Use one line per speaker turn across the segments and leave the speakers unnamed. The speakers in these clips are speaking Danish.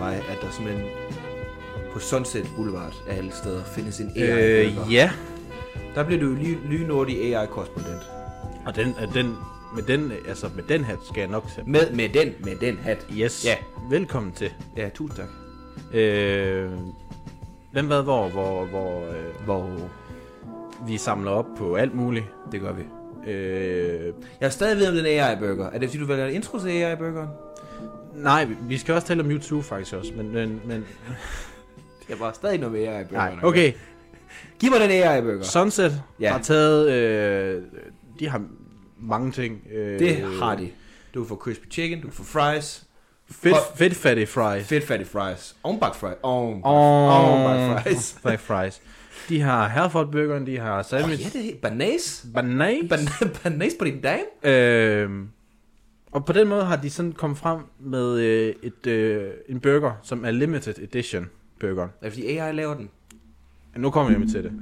Øh, der simpelthen på Sunset Boulevard af alle steder findes en AI.
Øh, ja.
Der bliver du jo ly- lynhurtig AI-korrespondent.
Og den, øh, den, med, den, øh, altså, med den her skal jeg nok tage.
Med, med den, med den hat.
Yes,
Ja.
velkommen til.
Ja, tusind tak.
Øh, hvem hvad hvor, hvor, hvor øh,
Hvor
vi samler op på alt muligt.
det gør vi.
Øh,
Jeg er stadig ved om den AI-burger. Er det fordi, du vælger en intro til AI-burgeren?
nej, vi- vi skal også tale om YouTube faktisk også, men... men, men
Jeg var stadig noget med AI-burgeren.
okay,
Giv mig den AI-burger.
Sunset
Ja.
ja. har taget... Øh, de har mange ting. Øh,
Det har de. Du kan få crispy chicken, du kan få fries,
Fedt,
Og-
fedt fatty fries.
fedt fatty fries, ovenbagt fries, oven,
Og
ovenbagt fries.
Black fries. De har Herford burgeren, de har
Åh,
sandwich.
ja, det er helt banæs.
Banan.
Ban- Banæs på din dame?
Øhm, og på den måde har de sådan kommet frem med øh, et, øh, en burger, som er limited edition burger.
Er det fordi AI laver den?
Nu kommer jeg med til det.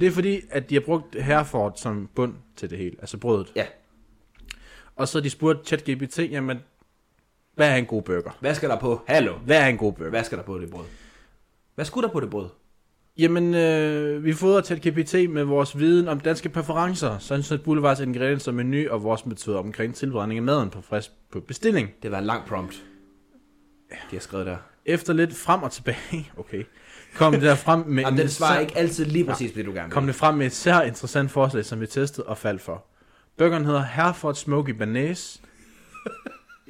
Det er fordi, at de har brugt Herford som bund til det hele, altså brødet.
Ja.
Og så har de spurgte ChatGPT, jamen, hvad er en god burger?
Hvad skal der på? Hallo.
Hvad er en god burger?
Hvad skal der på det brød? Hvad skulle der på det brød?
Jamen, øh, vi fodrer ChatGPT med vores viden om danske præferencer, Sunset Boulevards ingredienser, menu og vores metoder omkring tilberedning af maden på frisk på bestilling.
Det var en lang prompt. De har skrevet der.
efter lidt frem og tilbage, okay, kom det der frem med,
Jamen, den
en
svarer
sær-
ikke altid lige præcis, det du gerne vil.
kom det frem med et sær interessant forslag, som vi testede og faldt for. Burgeren hedder Herford Smoky Banæs.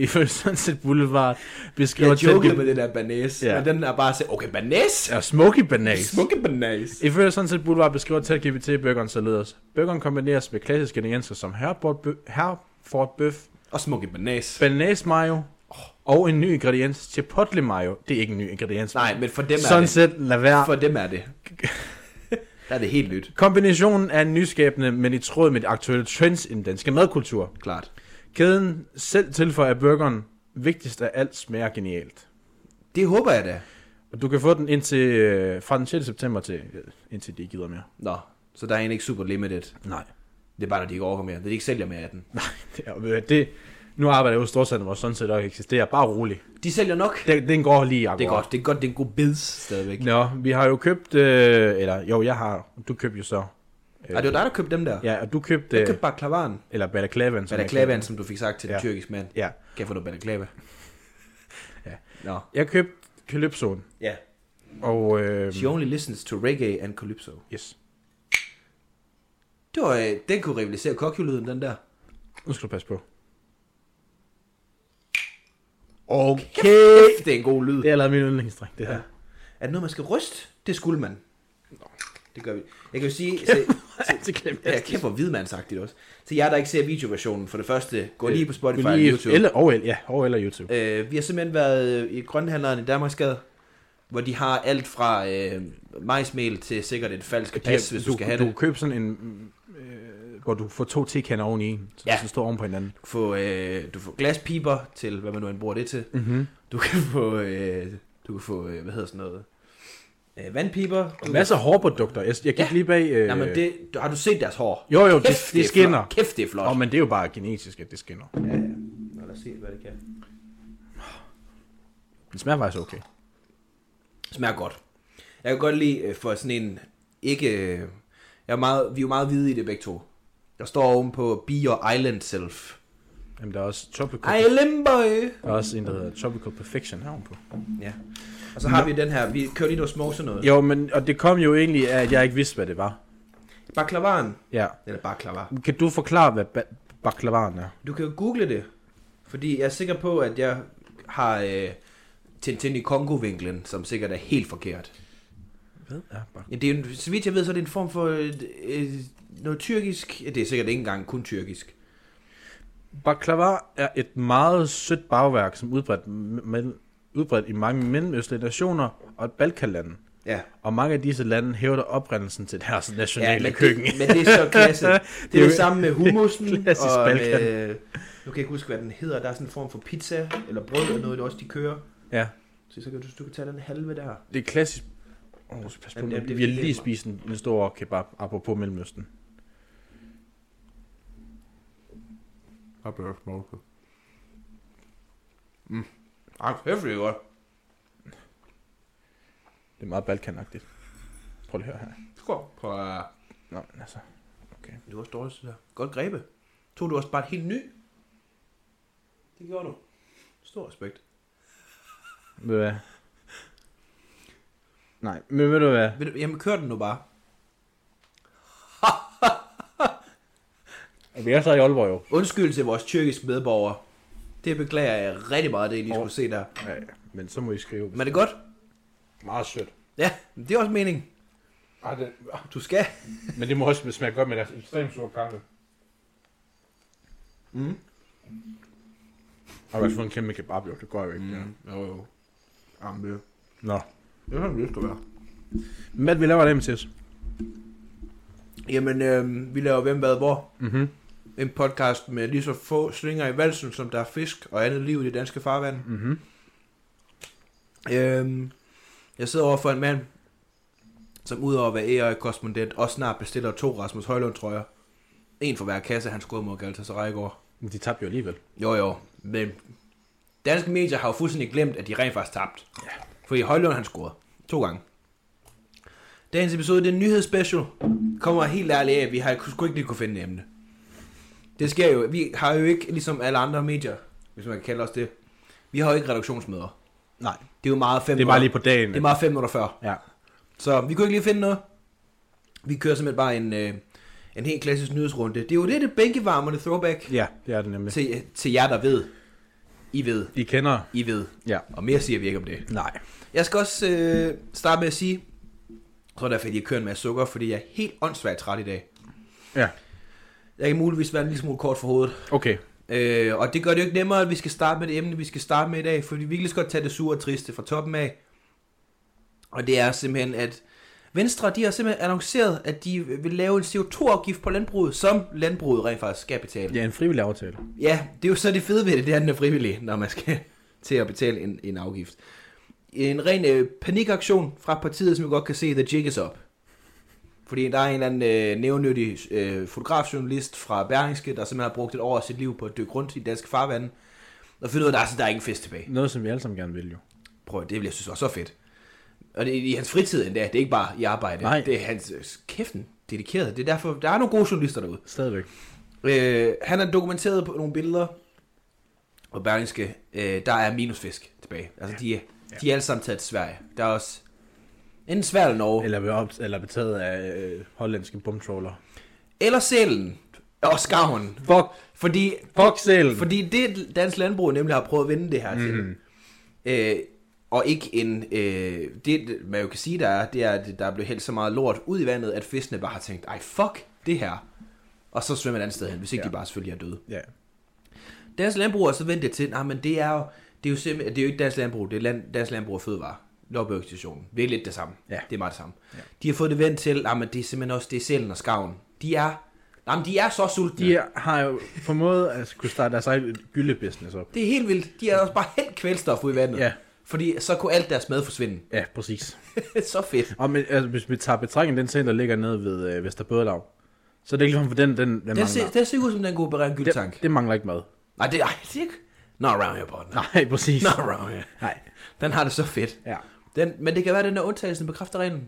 Ifølge Sunset Boulevard beskriver
Jeg jokede med
ChatGPT...
det der banæs,
Ja.
men den er bare så, okay, banæs?
Ja, Smoky Banæs.
Smukke banæs.
Ifølge Sunset Boulevard beskriver ChatGPT burgeren således. Burgeren kombineres med klassiske ingredienser som Herford, bø- Herford bøf,
Og smukke banæs.
banæs mayo og en ny ingrediens, chipotle mayo. Det er ikke en ny ingrediens.
Nej, men for dem er det.
Sunset, lad være.
For dem er det. Der er det helt nyt,
Kombinationen er nyskabende, men i tråd med de aktuelle trends i den danske madkultur.
klart.
Kæden selv tilføjer at burgeren, vigtigst af alt, smager genialt.
Det håber jeg da.
Og du kan få den indtil, øh, fra den 6. september til, øh, indtil de ikke gider mere.
Nå, så der er egentlig ikke super limited.
Nej.
Det er bare, når de ikke overgår mere. Når de ikke sælger mere af den.
Det, er- ved du hvad, det, nu arbejder jeg jo i Storcenter, hvor sådan set også eksisterer. Bare rolig.
De sælger nok.
Den, den går lige akkurat.
Det er godt. Det er godt. Det er en god bids stadigvæk.
Nå, vi har jo købt, øh, eller jo, jeg har, du købte jo så.
Øh. Og det var dig, der købte dem der.
Ja, og du købte,
Jeg
øh,
købte bare klavaren.
eller balaklavan. som jeg
Balaklavaen,
købte.
som du fik sagt til den
Ja.
tyrkiske mand.
Ja.
Kan jeg få noget balaklava?
Ja.
Nå.
Jeg købte Calypsoen,
Ja.
og... Øh,
She only listens to reggae and calypso.
yes.
Det var, øh, den kunne rivalisere kokjulyden, den der.
Nu skal du passe på. Okay.
Kæft, det er en god lyd.
Det er allerede min yndlingsdreng, det her. Ja.
Er det noget, man skal ryste? Det skulle man. Det gør vi. Jeg kan jo sige, se,
det glemmer
ja, kæft hvor hvidmandsagtigt også. Til jer, der ikke ser videoversionen, for det første, gå Øh, lige på Spotify og
Lige-
YouTube.
Eller, og, ja, og eller YouTube.
Øh, vi har simpelthen været øh, i grønhandleren i Danmarksgade, hvor de har alt fra øh, majsmel til sikkert et falsk
De her-
pas, hvis du, du skal have
du
det.
Du køber sådan en, øh, hvor du får to tekander oven i en, så
Ja.
ja. den står oven på hinanden.
Du kan få, øh, du får glaspiber til, hvad man nu end bruger det til.
Mm-hmm.
Du kan få, øh, du kan få øh, hvad hedder sådan noget, øh, vandpiber. Du
Og masser af hårprodukter. Jeg, jeg gik
Ja.
lige bag... Øh,
Kan, jamen, det, du- har du set deres hår?
Jo, jo, det,
Kæft,
det
er
skinner.
Flot. Kæft, det er flot.
Åh, men det er jo bare genetisk, at det skinner.
Ja, ja. Nå, lad os se, hvad det kan.
Det smager faktisk okay.
Det smager godt. Jeg kan godt lide øh, for sådan en, ikke, øh, jeg er meget, vi er jo meget hvide i det begge to. Der står ovenpå, be your island self.
Jamen, der er også Tropical,
Ej, Limboy!
der er også en, der hedder Tropical Perfection herovre på.
Ja. Og så har vi den her, vi kører lige noget små sådan noget.
Jo, men og det kom jo egentlig af, at jeg ikke vidste, hvad det var.
Baklavaren.
Ja.
Eller baklavar.
Kan du forklare, hvad ba- baklavan er?
Du kan jo google det. Fordi jeg er sikker på, at jeg har øh, Tintin i Kongo-vinklen, som sikkert er helt forkert.
Hvad er baklavan?
Ja, det er, jo en- så vidt jeg ved, så er det en form for et, et, noget tyrkisk. Ja, Det er sikkert ikke engang kun tyrkisk.
Baklava er et meget sødt bagværk, som er udbredt, med, udbredt i mange mellemøstlige nationer og Balkanlande.
Ja.
Og mange af disse lande hævder oprindelsen til deres
ja
nationale
men,
køkken.
Det, men det er så klasse. Det
Det
er
er
det
jo-
samme med hummusen.
klassisk
og
Balkan.
med, øh, nu kan jeg ikke huske, hvad den hedder. Der er sådan en form for pizza eller brød eller noget, det også de kører.
Ja,
Så, så kan du, du kan tage den halve der.
det er klassisk. Oh, pas på,
Jamen,
ja,
jamen, det
vi har
er
lige
helt-
spist en, en stor kebab, apropos Mellemøsten.
Har bør smoke. Mm. Ej, kæft, det er godt.
Det er meget balkanagtigt. Prøv lige at høre her.
Skål. Prøv at...
Nå, men altså.
Det var også dårligt, så der. Godt grebe. Tog du også bare et helt ny? Det gjorde du. Stor respekt.
Ved du hvad? Nej, men ved du hvad?
Ved du- Jamen, kør den nu bare.
Vi er så i Aalborg jo.
Undskyld til vores tyrkiske medborgere. Det beklager jeg rigtig meget, det I lige skulle se der.
Ja, ja, men så må I skrive.
Men er det godt?
Meget sødt.
Ja, det er også meningen.
Ej, det...
Du skal.
Men det må også smage godt med deres ekstremt sure kaffe.
Mm.
Og hvad for en kæmpe kebab, jo. Det går jo ikke. Mm. Ja.
Jo, jo. Jamen, det,
Nå.
det er sådan, det skal være.
Hvad vi laver det med til os?
Jamen, øh, vi laver Hvem, Hvad, Hvor.
Mhm.
En podcast med lige så få slinger i valsen, som der er fisk og andet liv i det danske farvand.
Mhm.
Øhm, jeg sidder over for en mand, som udover at være AI-korrespondent, også snart bestiller to Rasmus Højlund trøjer. En for hver kasse, han scorede mod Galatasaray i går.
Men de tabte jo alligevel.
Jo jo, men danske medier har jo fuldstændig glemt, at de rent faktisk tabte. Ja. Fordi Højlund han scorede. To gange. Dagens episode, det er en nyhedsspecial. Kommer helt ærligt af, at vi har sgu ikke lige kunne finde et emne. Det sker jo. Vi har jo ikke, ligesom alle andre medier, hvis man kan kalde os det, vi har jo ikke redaktionsmøder.
Nej.
Det er jo meget fem
Det er bare lige på dagen.
det er meget fem minutter før.
Ja.
Så vi kunne ikke lige finde noget. Vi kører simpelthen bare en, øh, en helt klassisk nyhedsrunde. Det er jo lidt et bænkevarmerne throwback
Ja, det er det nemlig.
til, til jer, der ved. I ved.
I kender...
I ved.
Ja.
Og mere siger vi ikke om det.
Nej.
Jeg skal også øh, starte med at sige, jeg tror derfor, at jeg kører en masse sukker, fordi jeg er helt åndssvagt træt i dag.
Ja.
Jeg kan muligvis være en lille smule kort for hovedet.
Okay.
Øh, og det gør det jo ikke nemmere, at vi skal starte med det emne, vi skal starte med i dag, for vi virkelig skal godt tage det sure og triste fra toppen af. Og det er simpelthen, at Venstre de har simpelthen annonceret, at de vil lave en CO2-afgift på landbruget, som landbruget rent faktisk skal betale.
Ja, en frivillig aftale.
Ja, det er jo så det fede ved det, det er, at den er frivillig, når man skal til at betale en, en afgift. En ren øh, panikaktion fra partiet, som vi godt kan se, the jig is up. Fordi der er en eller anden øh, nævnyttig øh, fotografjournalist fra Berlingske, der simpelthen har brugt et år af sit liv på at dykke rundt i danske farvande, og finder ud af, at der er, der er ingen fisk tilbage.
Noget, som vi alle sammen gerne vil jo.
Prøv at- det vil jeg synes også er så fedt. Og det er i hans fritid endda, det er ikke bare i arbejde.
Nej.
Det er hans øh, kæften dedikeret. Det er derfor, der er nogle gode journalister derude.
Stadigvæk.
Øh, han er dokumenteret på nogle billeder på Berlingske. Øh, der er minusfisk tilbage. Altså, de, er, de er alle sammen taget til Sverige. Der er også enten Sverige eller Norge.
Eller, ved op, eller betaget af øh, hollandske bumtroller.
Eller sælen. Og skarven.
Fuck,
Fordi,
fuck sælen.
fordi det dansk landbrug nemlig har prøvet at vinde det her til. Mm. Øh, og ikke en... Øh, det, man jo kan sige, der er, det er, at der er blevet hældt så meget lort ud i vandet, at fiskene bare har tænkt, ej fuck det her. Og så svømmer et andet sted hen, hvis ikke
Ja.
ja. de bare selvfølgelig er døde.
Ja.
Dansk landbrug er så vendt det til, nej, men det er jo, det er jo simpelthen, det er jo ikke dansk landbrug, det er land, dansk landbrug og fødevare. Lobbyorganisationen. Det er lidt det samme.
Ja.
Det er meget det samme.
Ja.
De har fået det vendt til, nej, men det er simpelthen også, det er sælen og skaven. De er, nej, men de er så sultne.
De er, har jo formået at kunne starte deres eget gyldebusiness op.
Det er helt vildt. De er også bare helt kvælstof ud i vandet.
Ja.
Fordi så kunne alt deres mad forsvinde.
Ja, præcis.
så fedt.
Og men, altså, hvis vi tager betragtning den scene, der ligger nede ved øh, Vesterbødelag, så er det ikke ligesom for den, den, den, mangler.
Det ser, det ser ud som den kunne operere en gyldtank.
det, det mangler ikke mad.
Nej, det, ej, det er ikke. Not around here, partner.
Nej, præcis.
Not around here.
Nej.
Den har det så fedt.
Ja.
Den, men det kan være, at den der undtagelse bekræfter reglen.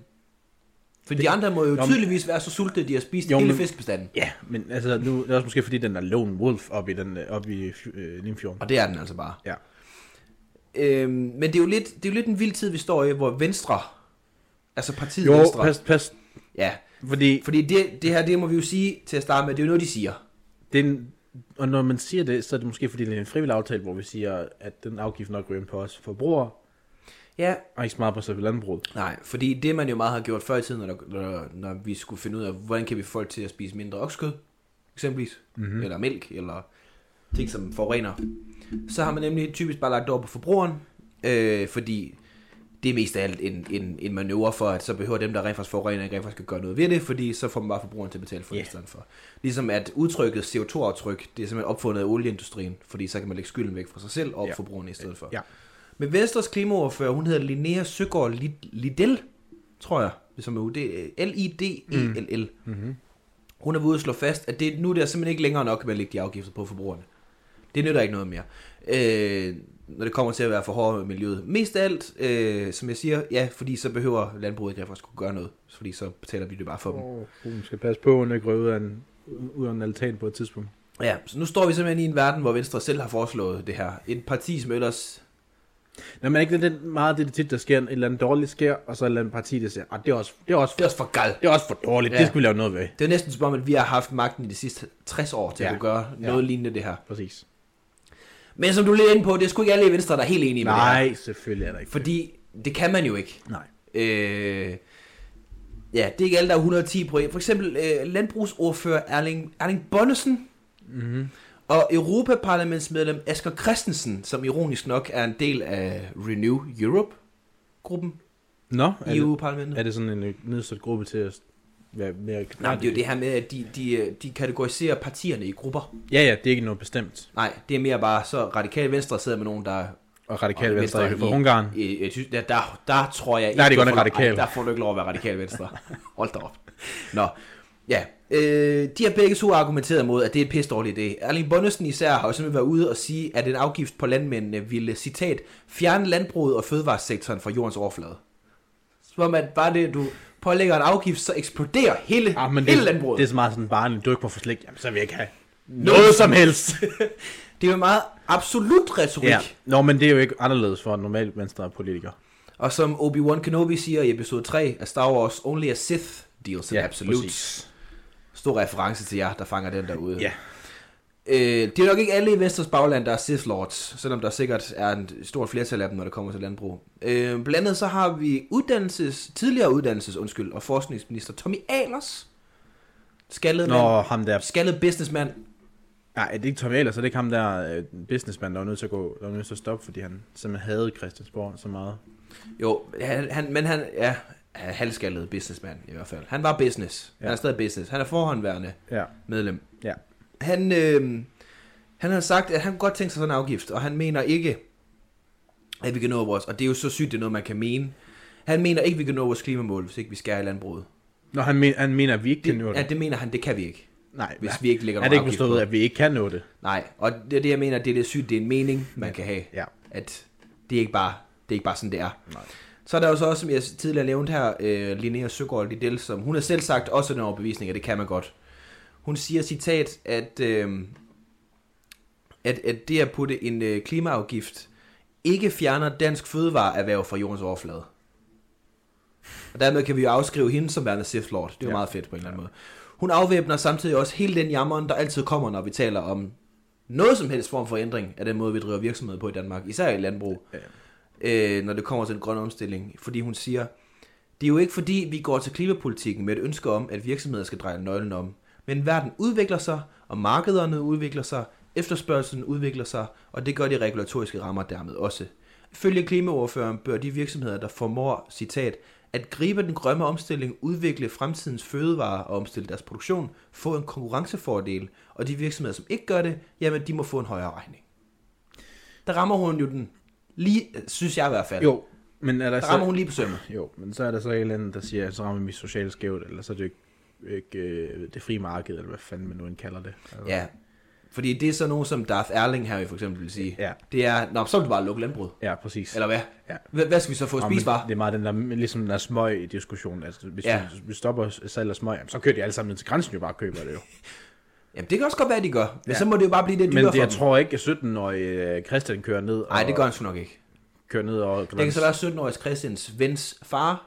For de andre må jo
men-
tydeligvis være så sultne, at de har spist
Jo,
hele
men-
fiskbestanden.
Ja, men altså, nu, det er også måske fordi, den er Lone Wolf oppe i, den, øh, oppe i øh, Limfjorden.
Og det er den altså bare.
Ja.
Øhm, men det er, jo lidt, det er jo lidt en vild tid, vi står i, hvor Venstre, altså partiet
Jo,
Venstre,
pas, pas.
ja,
Fordi
fordi det, det her, det må vi jo sige til at starte med, det er jo noget, de siger.
den, og når man siger det, så er det måske fordi, det er en frivillig aftale, hvor vi siger, at den afgift nok ryger ind på os forbrugere,
Ja,
og ikke så meget på selve landbruget.
nej, fordi det man jo meget har gjort før i tiden, når, der- når, når vi skulle finde ud af, hvordan kan vi få folk til at spise mindre oksekød, eksempelvis,
Mhm.
mm-hmm. eller mælk, eller ting som forurener, så har man nemlig typisk bare lagt over på forbrugeren, øh, fordi det er mest af alt en, en, en manøvre for, at så behøver dem, der rent faktisk forurener, ikke rent faktisk kan gøre noget ved det, fordi så får man bare forbrugeren til at betale for
Ja.
det i stedet for. Ligesom at udtrykket CO2-aftryk, det er simpelthen opfundet af olieindustrien, fordi så kan man lægge skylden væk fra sig selv og
Ja.
ja. forbrugeren i stedet for.
Ja.
Men Venstres klimaordfører, hun hedder Linnea Søgaard Lid- Liddell, tror jeg, som er øh, det E L-I-D-E-L-L. Mm. Hun er ude og slå fast, at det, nu er det simpelthen ikke længere nok med at lægge de afgifter på forbrugerne. Det nytter ikke noget mere. Øh, når det kommer til at være for hårdt med miljøet. Mest af alt, øh, som jeg siger, ja, fordi så behøver landbruget ikke at skulle gøre noget, fordi så betaler vi det bare for dem.
Åh, hun skal passe på, hun ikke røver ud af en, ud af en altan på et tidspunkt.
Ja, så nu står vi simpelthen i en verden, hvor Venstre selv har foreslået det her. Et parti, som ellers...
Nå, men er ikke det, det meget det, det tit, der sker, et eller andet dårligt sker, og så et eller andet parti, der siger, "Ah, det er også, det er også,
Det er også for galt.
det er også for dårligt, ja.
Ja.
det skal vi lave noget ved.
Det er næsten som om, at vi har haft magten i de sidste 60 år til ja.
Ja.
at kunne gøre
Ja.
noget lignende det her.
Præcis.
Men som du er lidt inde på, det er sgu ikke alle i Venstre, der er helt enige med det her.
Nej, selvfølgelig er der ikke.
Fordi det kan man jo ikke.
Nej.
Øh, ja, det er ikke alle, der er 110 på en. For eksempel øh, landbrugsordfører Erling, Erling Bonnesen
Mm-hmm.
og Europaparlamentsmedlem Asger Christensen, som ironisk nok er en del af Renew Europe-gruppen
Nå, er
i
det,
EU-parlamentet.
er det sådan en øh, nedsat gruppe til at være mere...
Nej, det er jo det her med, at de, de, øh, de kategoriserer partierne i grupper.
Ja, ja, det er ikke noget bestemt.
Nej, det er mere bare, så radikal venstre sidder med nogen, der
Og
Og
radikale venstre
Venstre
ikke fra
i-
Ungarn.
i, i Tyskland, der, der, der tror jeg ikke...
Der er de
du
godt nok
får-
radikale.
Ej, Der får du ikke lov at være radikal venstre. Hold da op. Nå, ja. Øh, de har begge to argumenteret mod, at det er en pisse dårlig idé. Erling Bonnesen især har jo simpelthen været ude og sige, at en afgift på landmændene ville, citat, fjerne landbruget og fødevaresektoren fra jordens overflade. Som om, at bare det, du pålægger en afgift, så eksploderer hele,
Ah,
ah,
men
hele
det,
landbruget.
det er så meget sådan barnligt, du ikke må få slik, jamen så vil jeg ikke have noget som helst.
Det er jo en meget absolut retorik.
ja.
Ja.
Nå, men det er jo ikke anderledes for en normal venstre politiker.
Og som Obi-Wan Kenobi siger i episode 3 af Star Wars, Only a Sith deals in ja, absolute. Stor reference til jer, der fanger den derude.
Ja.
Øh, det er nok ikke alle i Vesters bagland, der er Sith Lords, selvom der sikkert er en stort flertal af dem, når det kommer til landbrug. Øh, blandt andet så har vi uddannelses, tidligere uddannelses undskyld, og forskningsminister Tommy Ahlers. Skaldet, mand,
Nå, ham der...
skaldet businessmand.
Nej, det er ikke Tommy Ahlers, så det er ikke ham der øh, businessman, der var nødt til at gå, der var nødt til at stoppe, fordi han simpelthen havde Christiansborg så meget.
Jo, han, han, men han er ja, halvskaldet businessmand i hvert fald. Han var business. Ja. Han
Ja.
er stadig business. Han er forhåndværende
Ja.
medlem.
Ja.
Han, øh, han har sagt, at han kunne godt tænke sig sådan en afgift, og han mener ikke, at vi kan nå vores, og det er jo så sygt, det er noget, man kan mene. Han mener ikke, at vi kan nå vores klimamål, hvis ikke vi skærer i landbruget.
Nå, han, men, han mener, at vi ikke kan
Det,
nå det.
ja, det mener han, det kan vi ikke,
Nej,
hvis
hvis vi
vi ikke lægger
er det
nogen
ikke
afgift på.
forstået, at vi ikke kan nå det?
Nej, og det er det, jeg mener, det er det sygt, det er en mening, man kan have.
Ja.
At det er ikke bare, det er ikke bare sådan, det er.
Nej.
Så er der jo så også, som jeg tidligere nævnte her, øh, Linnea Søgaard Liddell, som hun har selv sagt også en overbevisning, at det kan man godt. Hun siger citat, at, øh, at, at det at putte en øh, klimaafgift ikke fjerner dansk fødevareerhverv fra jordens overflade. Og dermed kan vi jo afskrive hende som værende Sith Lord. Det er jo ja.
Ja.
meget fedt på en eller anden måde. Hun afvæbner samtidig også hele den jammeren, der altid kommer, når vi taler om noget som helst form for ændring af den måde, vi driver virksomhed på i Danmark, især i landbrug,
Ja.
øh, når det kommer til den grønne omstilling. Fordi hun siger, det er jo ikke fordi, vi går til klimapolitikken med et ønske om, at virksomheder skal dreje nøglen om. Men verden udvikler sig, og markederne udvikler sig, efterspørgselen udvikler sig, og det gør de regulatoriske rammer dermed også. Følge klimaordføreren bør de virksomheder, der formår, citat, at gribe den grønne omstilling, udvikle fremtidens fødevarer og omstille deres produktion, få en konkurrencefordel, og de virksomheder, som ikke gør det, jamen de må få en højere regning. Der rammer hun jo den, lige, synes jeg i hvert fald,
Jo, altså- men er der
der rammer
så...
hun lige på sømmet.
Jo, men så er der så en eller anden, der siger, at så rammer vi socialt skævt, eller så er det jo ikke, ikke øh, det frie marked, eller hvad fanden man nu end kalder det. Altså,
Ja, fordi det er sådan nogen som Darth Erling her jo for eksempel vil sige.
Ja.
Det er, nå, så vil du bare lukke landbrug.
ja, præcis.
Eller hvad?
Ja.
Hva- Hvad skal vi så få at
Jamen,
spise, var?
Det er meget den der, ligesom den der smøg diskussion. Altså, hvis
Ja.
ja. vi, vi stopper salg af smøg, jamen, så kører de alle sammen ned til grænsen jo bare og køber det jo.
Jamen, det kan også godt være, de gør. Men ja.
Ja.
så må det jo bare blive lidt
Men
dyrere
det, jeg
for
tror ikke, at 17-årige Christian kører ned og,
Nej, det gør han sgu nok ikke.
kører ned og
Det kan så være 17-årig Christians vens far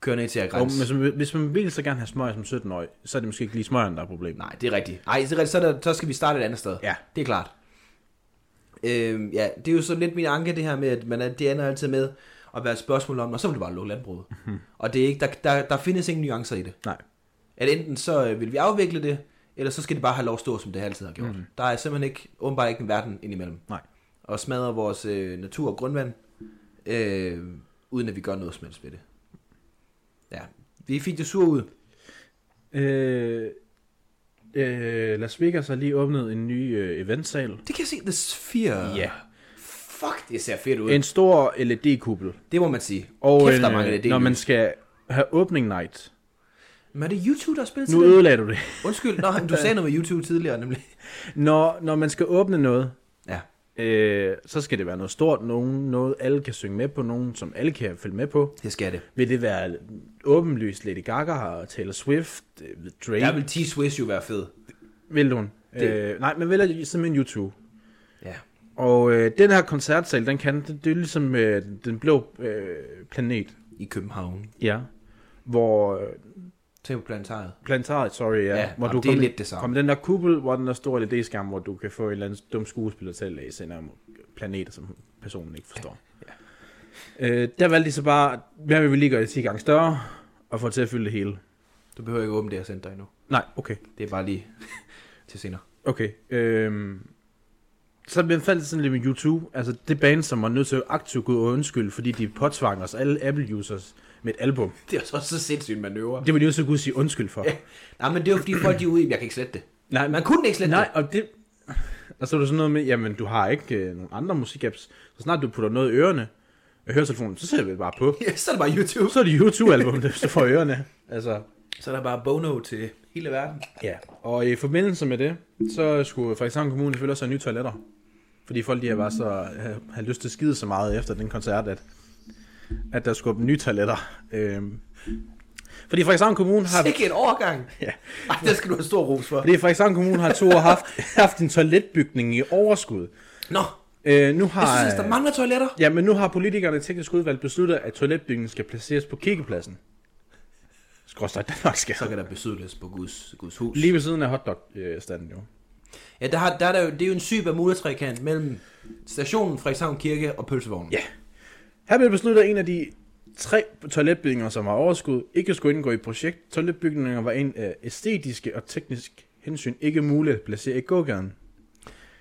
kører ned til jer
Og
grænse.
hvis, man, hvis man vil så gerne have smøg som 17-årig, så er det måske ikke lige smøgen, der er problemet.
Nej, det er rigtigt. Nej, det er rigtigt. Så, er der, så skal vi starte et andet sted.
Ja.
Det er klart. Øhm, ja, det er jo sådan lidt min anke, det her med, at man er, det ender altid med at være et spørgsmål om, og så vil du bare lukke landbruget. Og det er ikke, der, der, der findes ingen nuancer i det.
Nej.
At enten så øh, vil vi afvikle det, eller så skal det bare have lov at stå, som det altid har gjort. Mm. Der er simpelthen ikke, åbenbart ikke en verden indimellem.
Nej.
Og smadrer vores øh, natur og grundvand, øh, uden at vi gør noget som helst ved det. Ja, vi fik det sur ud.
Øh, øh, Las Vegas har lige åbnet en ny øh, eventsal.
Det kan jeg se, The Sphere.
Ja.
Fuck, det ser fedt ud.
En stor LED-kuppel.
Det må man sige.
Og
Kæft,
en,
der mangler
øh,
det.
når man
lys.
skal have opening night,
Men er det YouTube, der har spillet til
Nu
det?
ødelagde du det.
Undskyld, nå, men du sagde noget med YouTube tidligere nemlig.
Når, når man skal åbne noget,
Ja.
øh, så skal det være noget stort, nogen, noget alle kan synge med på, nogen som alle kan følge med på.
Det skal det.
Vil det være åbenlyst Lady Gaga og Taylor Swift, øh, Drake?
Der vil T-Swiss jo være fed.
Vil hun?
Det-
Øh, nej, men vælger simpelthen YouTube.
Ja.
Og øh, den her koncertsal, den kan, det, det er ligesom øh, den blå øh, planet.
I København.
Ja. Hvor øh,
Tænk på planetariet.
planetariet, sorry, ja,
Ja,
hvor
jamen,
du
det er
kom-
lidt det samme.
Kom den der kuppel, hvor den der store LED-skærm, hvor du kan få en eller anden dum skuespiller til at læse en om planeter, som personen ikke forstår. Ja. Øh, der valgte de så bare, hvad vil vi lige gøre det 10 gange større, og få det til at fylde det hele.
Du behøver ikke åbne det, jeg sendte dig endnu.
Nej, okay.
Det er bare lige til senere.
Okay. Øhm, så man faldt sådan lidt med YouTube. Altså det band, som var nødt til at aktivt gå ud og undskylde, fordi de påtvang os alle Apple-users med et album.
Det er så også så sindssygt manøvre.
Det var de nødt til at kunne sige undskyld for.
Ja. Nej, men det er jo fordi folk de er ude i, jeg kan ikke slette det.
Nej,
Man kunne ikke slette
Nej,
det.
og det... Altså- Og så er der sådan noget med, jamen du har ikke øh, nogen andre musikapps. Så snart du putter noget i ørerne og høretelefonen, så ser vi bare på.
Ja, så er det bare YouTube.
Så er det YouTube-album, der står for ørerne. Altså,
Så er der bare Bono til hele verden.
ja. Og i forbindelse med det, så skulle Frederikshavn Kommune selvfølgelig også have nye toiletter. Fordi folk de har bare så øh, har lyst til at skide så meget efter den koncert, at, at der skulle op nye toiletter. Øhm, fordi Frederikshavn Kommune har...
Sikke en overgang.
Ja.
Ej, det skal du have stor ros for.
Fordi Frederikshavn Kommune har to år haft, haft en toiletbygning i overskud.
Nå,
Øh, nu
jeg
har,
synes, der mangler toiletter.
Ja, men nu har politikerne i teknisk udvalg besluttet, at toiletbygningen skal placeres på kirkepladsen. Skråstøj Danmark skal.
Så kan der besøges på Guds, Guds hus.
Lige ved siden af hotdog-standen jo.
Ja, der, har, der er der jo, det er jo en syg bermudatrækant mellem stationen Frederikshavn Kirke og pølsevognen.
Ja. Her blev besluttet, at en af de tre toiletbygninger, som var overskud, ikke skulle indgå i projekt. Toiletbygninger var en af æstetiske og teknisk hensyn ikke muligt at placere i gågaden.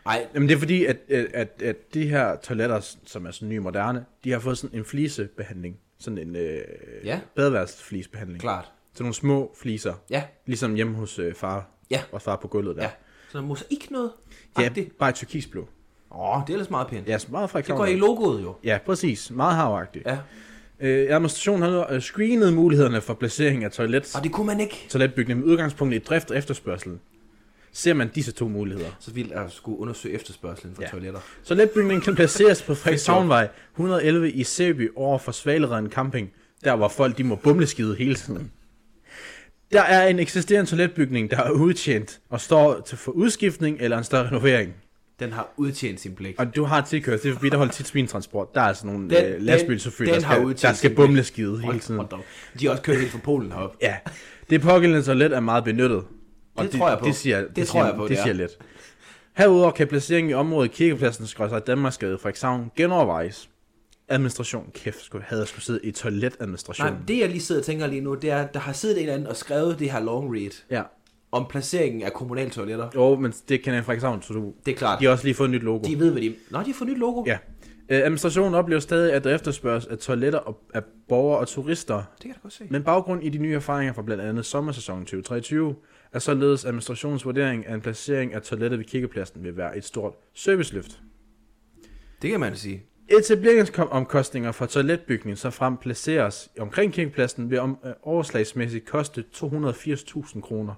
Ej,
Jamen det er fordi, at, at, at, at de her toiletter, som er sådan nye moderne, de har fået sådan en flisebehandling. Sådan en øh,
Ja.
badeværelsesflisebehandling.
klart.
Sådan nogle små fliser.
Ja,
Ligesom hjemme hos øh, far.
Ja.
Og far på gulvet der.
ja. Så der er mosaik noget.
ja
Agtigt.
bare i turkisblå.
Åh, det er ellers meget pænt.
Ja, så meget fra
Det går i logoet jo.
Ja, præcis. Meget havagtigt.
Ja.
Øh, administrationen har nu øh, screenet mulighederne for placering af toilet,
Og det kunne man ikke.
toiletbygning med udgangspunkt i drift og efterspørgsel. Ser man disse to muligheder.
Så vildt at skulle undersøge efterspørgselen for ja.
Ja.
toiletter.
Toiletbygningen kan placeres på Frederikshavnvej 111 i Sæby over for Svalereden Camping, der hvor folk de må bumleskide hele tiden. Der er en eksisterende toiletbygning, der er udtjent og står til for udskiftning eller en større renovering.
Den har udtjent sin blik.
Og du har tilkørsel, det er fordi, der holder tit svintransport. Der er sådan nogle
Den-
den, øh, lastbilchauffører,
den-
der
den har
skal,
udtjent
der skal
sin bil.
bumle skide hele
Hold-
tiden.
hold da op. De har også kørt helt fra Polen herop.
Ja, det pågældende toilet er meget benyttet.
Det tror jeg på.
Det siger,
Det
det
tror
siger,
jeg på, det
det
er.
siger lidt. Herudover kan placeringen i området Kirkepladsen Skrøjser Danmarksgade for eksempel genovervejes. Administration. Kæft, skulle, havde jeg skulle sidde i toiletadministration.
Nej, det jeg lige sidder og tænker lige nu, det er, der har siddet en eller anden og skrevet det her long read
Ja.
om placeringen af kommunale toiletter.
Jo, men det kan jeg for eksempel, så du...
Det er klart.
De har også lige fået et nyt logo.
De ved, hvad de... Nå, de har fået nyt logo.
Ja. Øh, administrationen oplever stadig, at der efterspørges af toiletter og, af borgere og turister,
Det kan jeg da godt se.
Men baggrund i de nye erfaringer fra blandt andet sommersæsonen 2023, er således administrationens vurdering af en placering af toilettet ved kirkepladsen vil være et stort serviceløft.
Det kan man sige.
Etableringsomkostninger for toiletbygningen så frem placeres omkring kirkepladsen vil om, øh, overslagsmæssigt koste 280.000 kroner.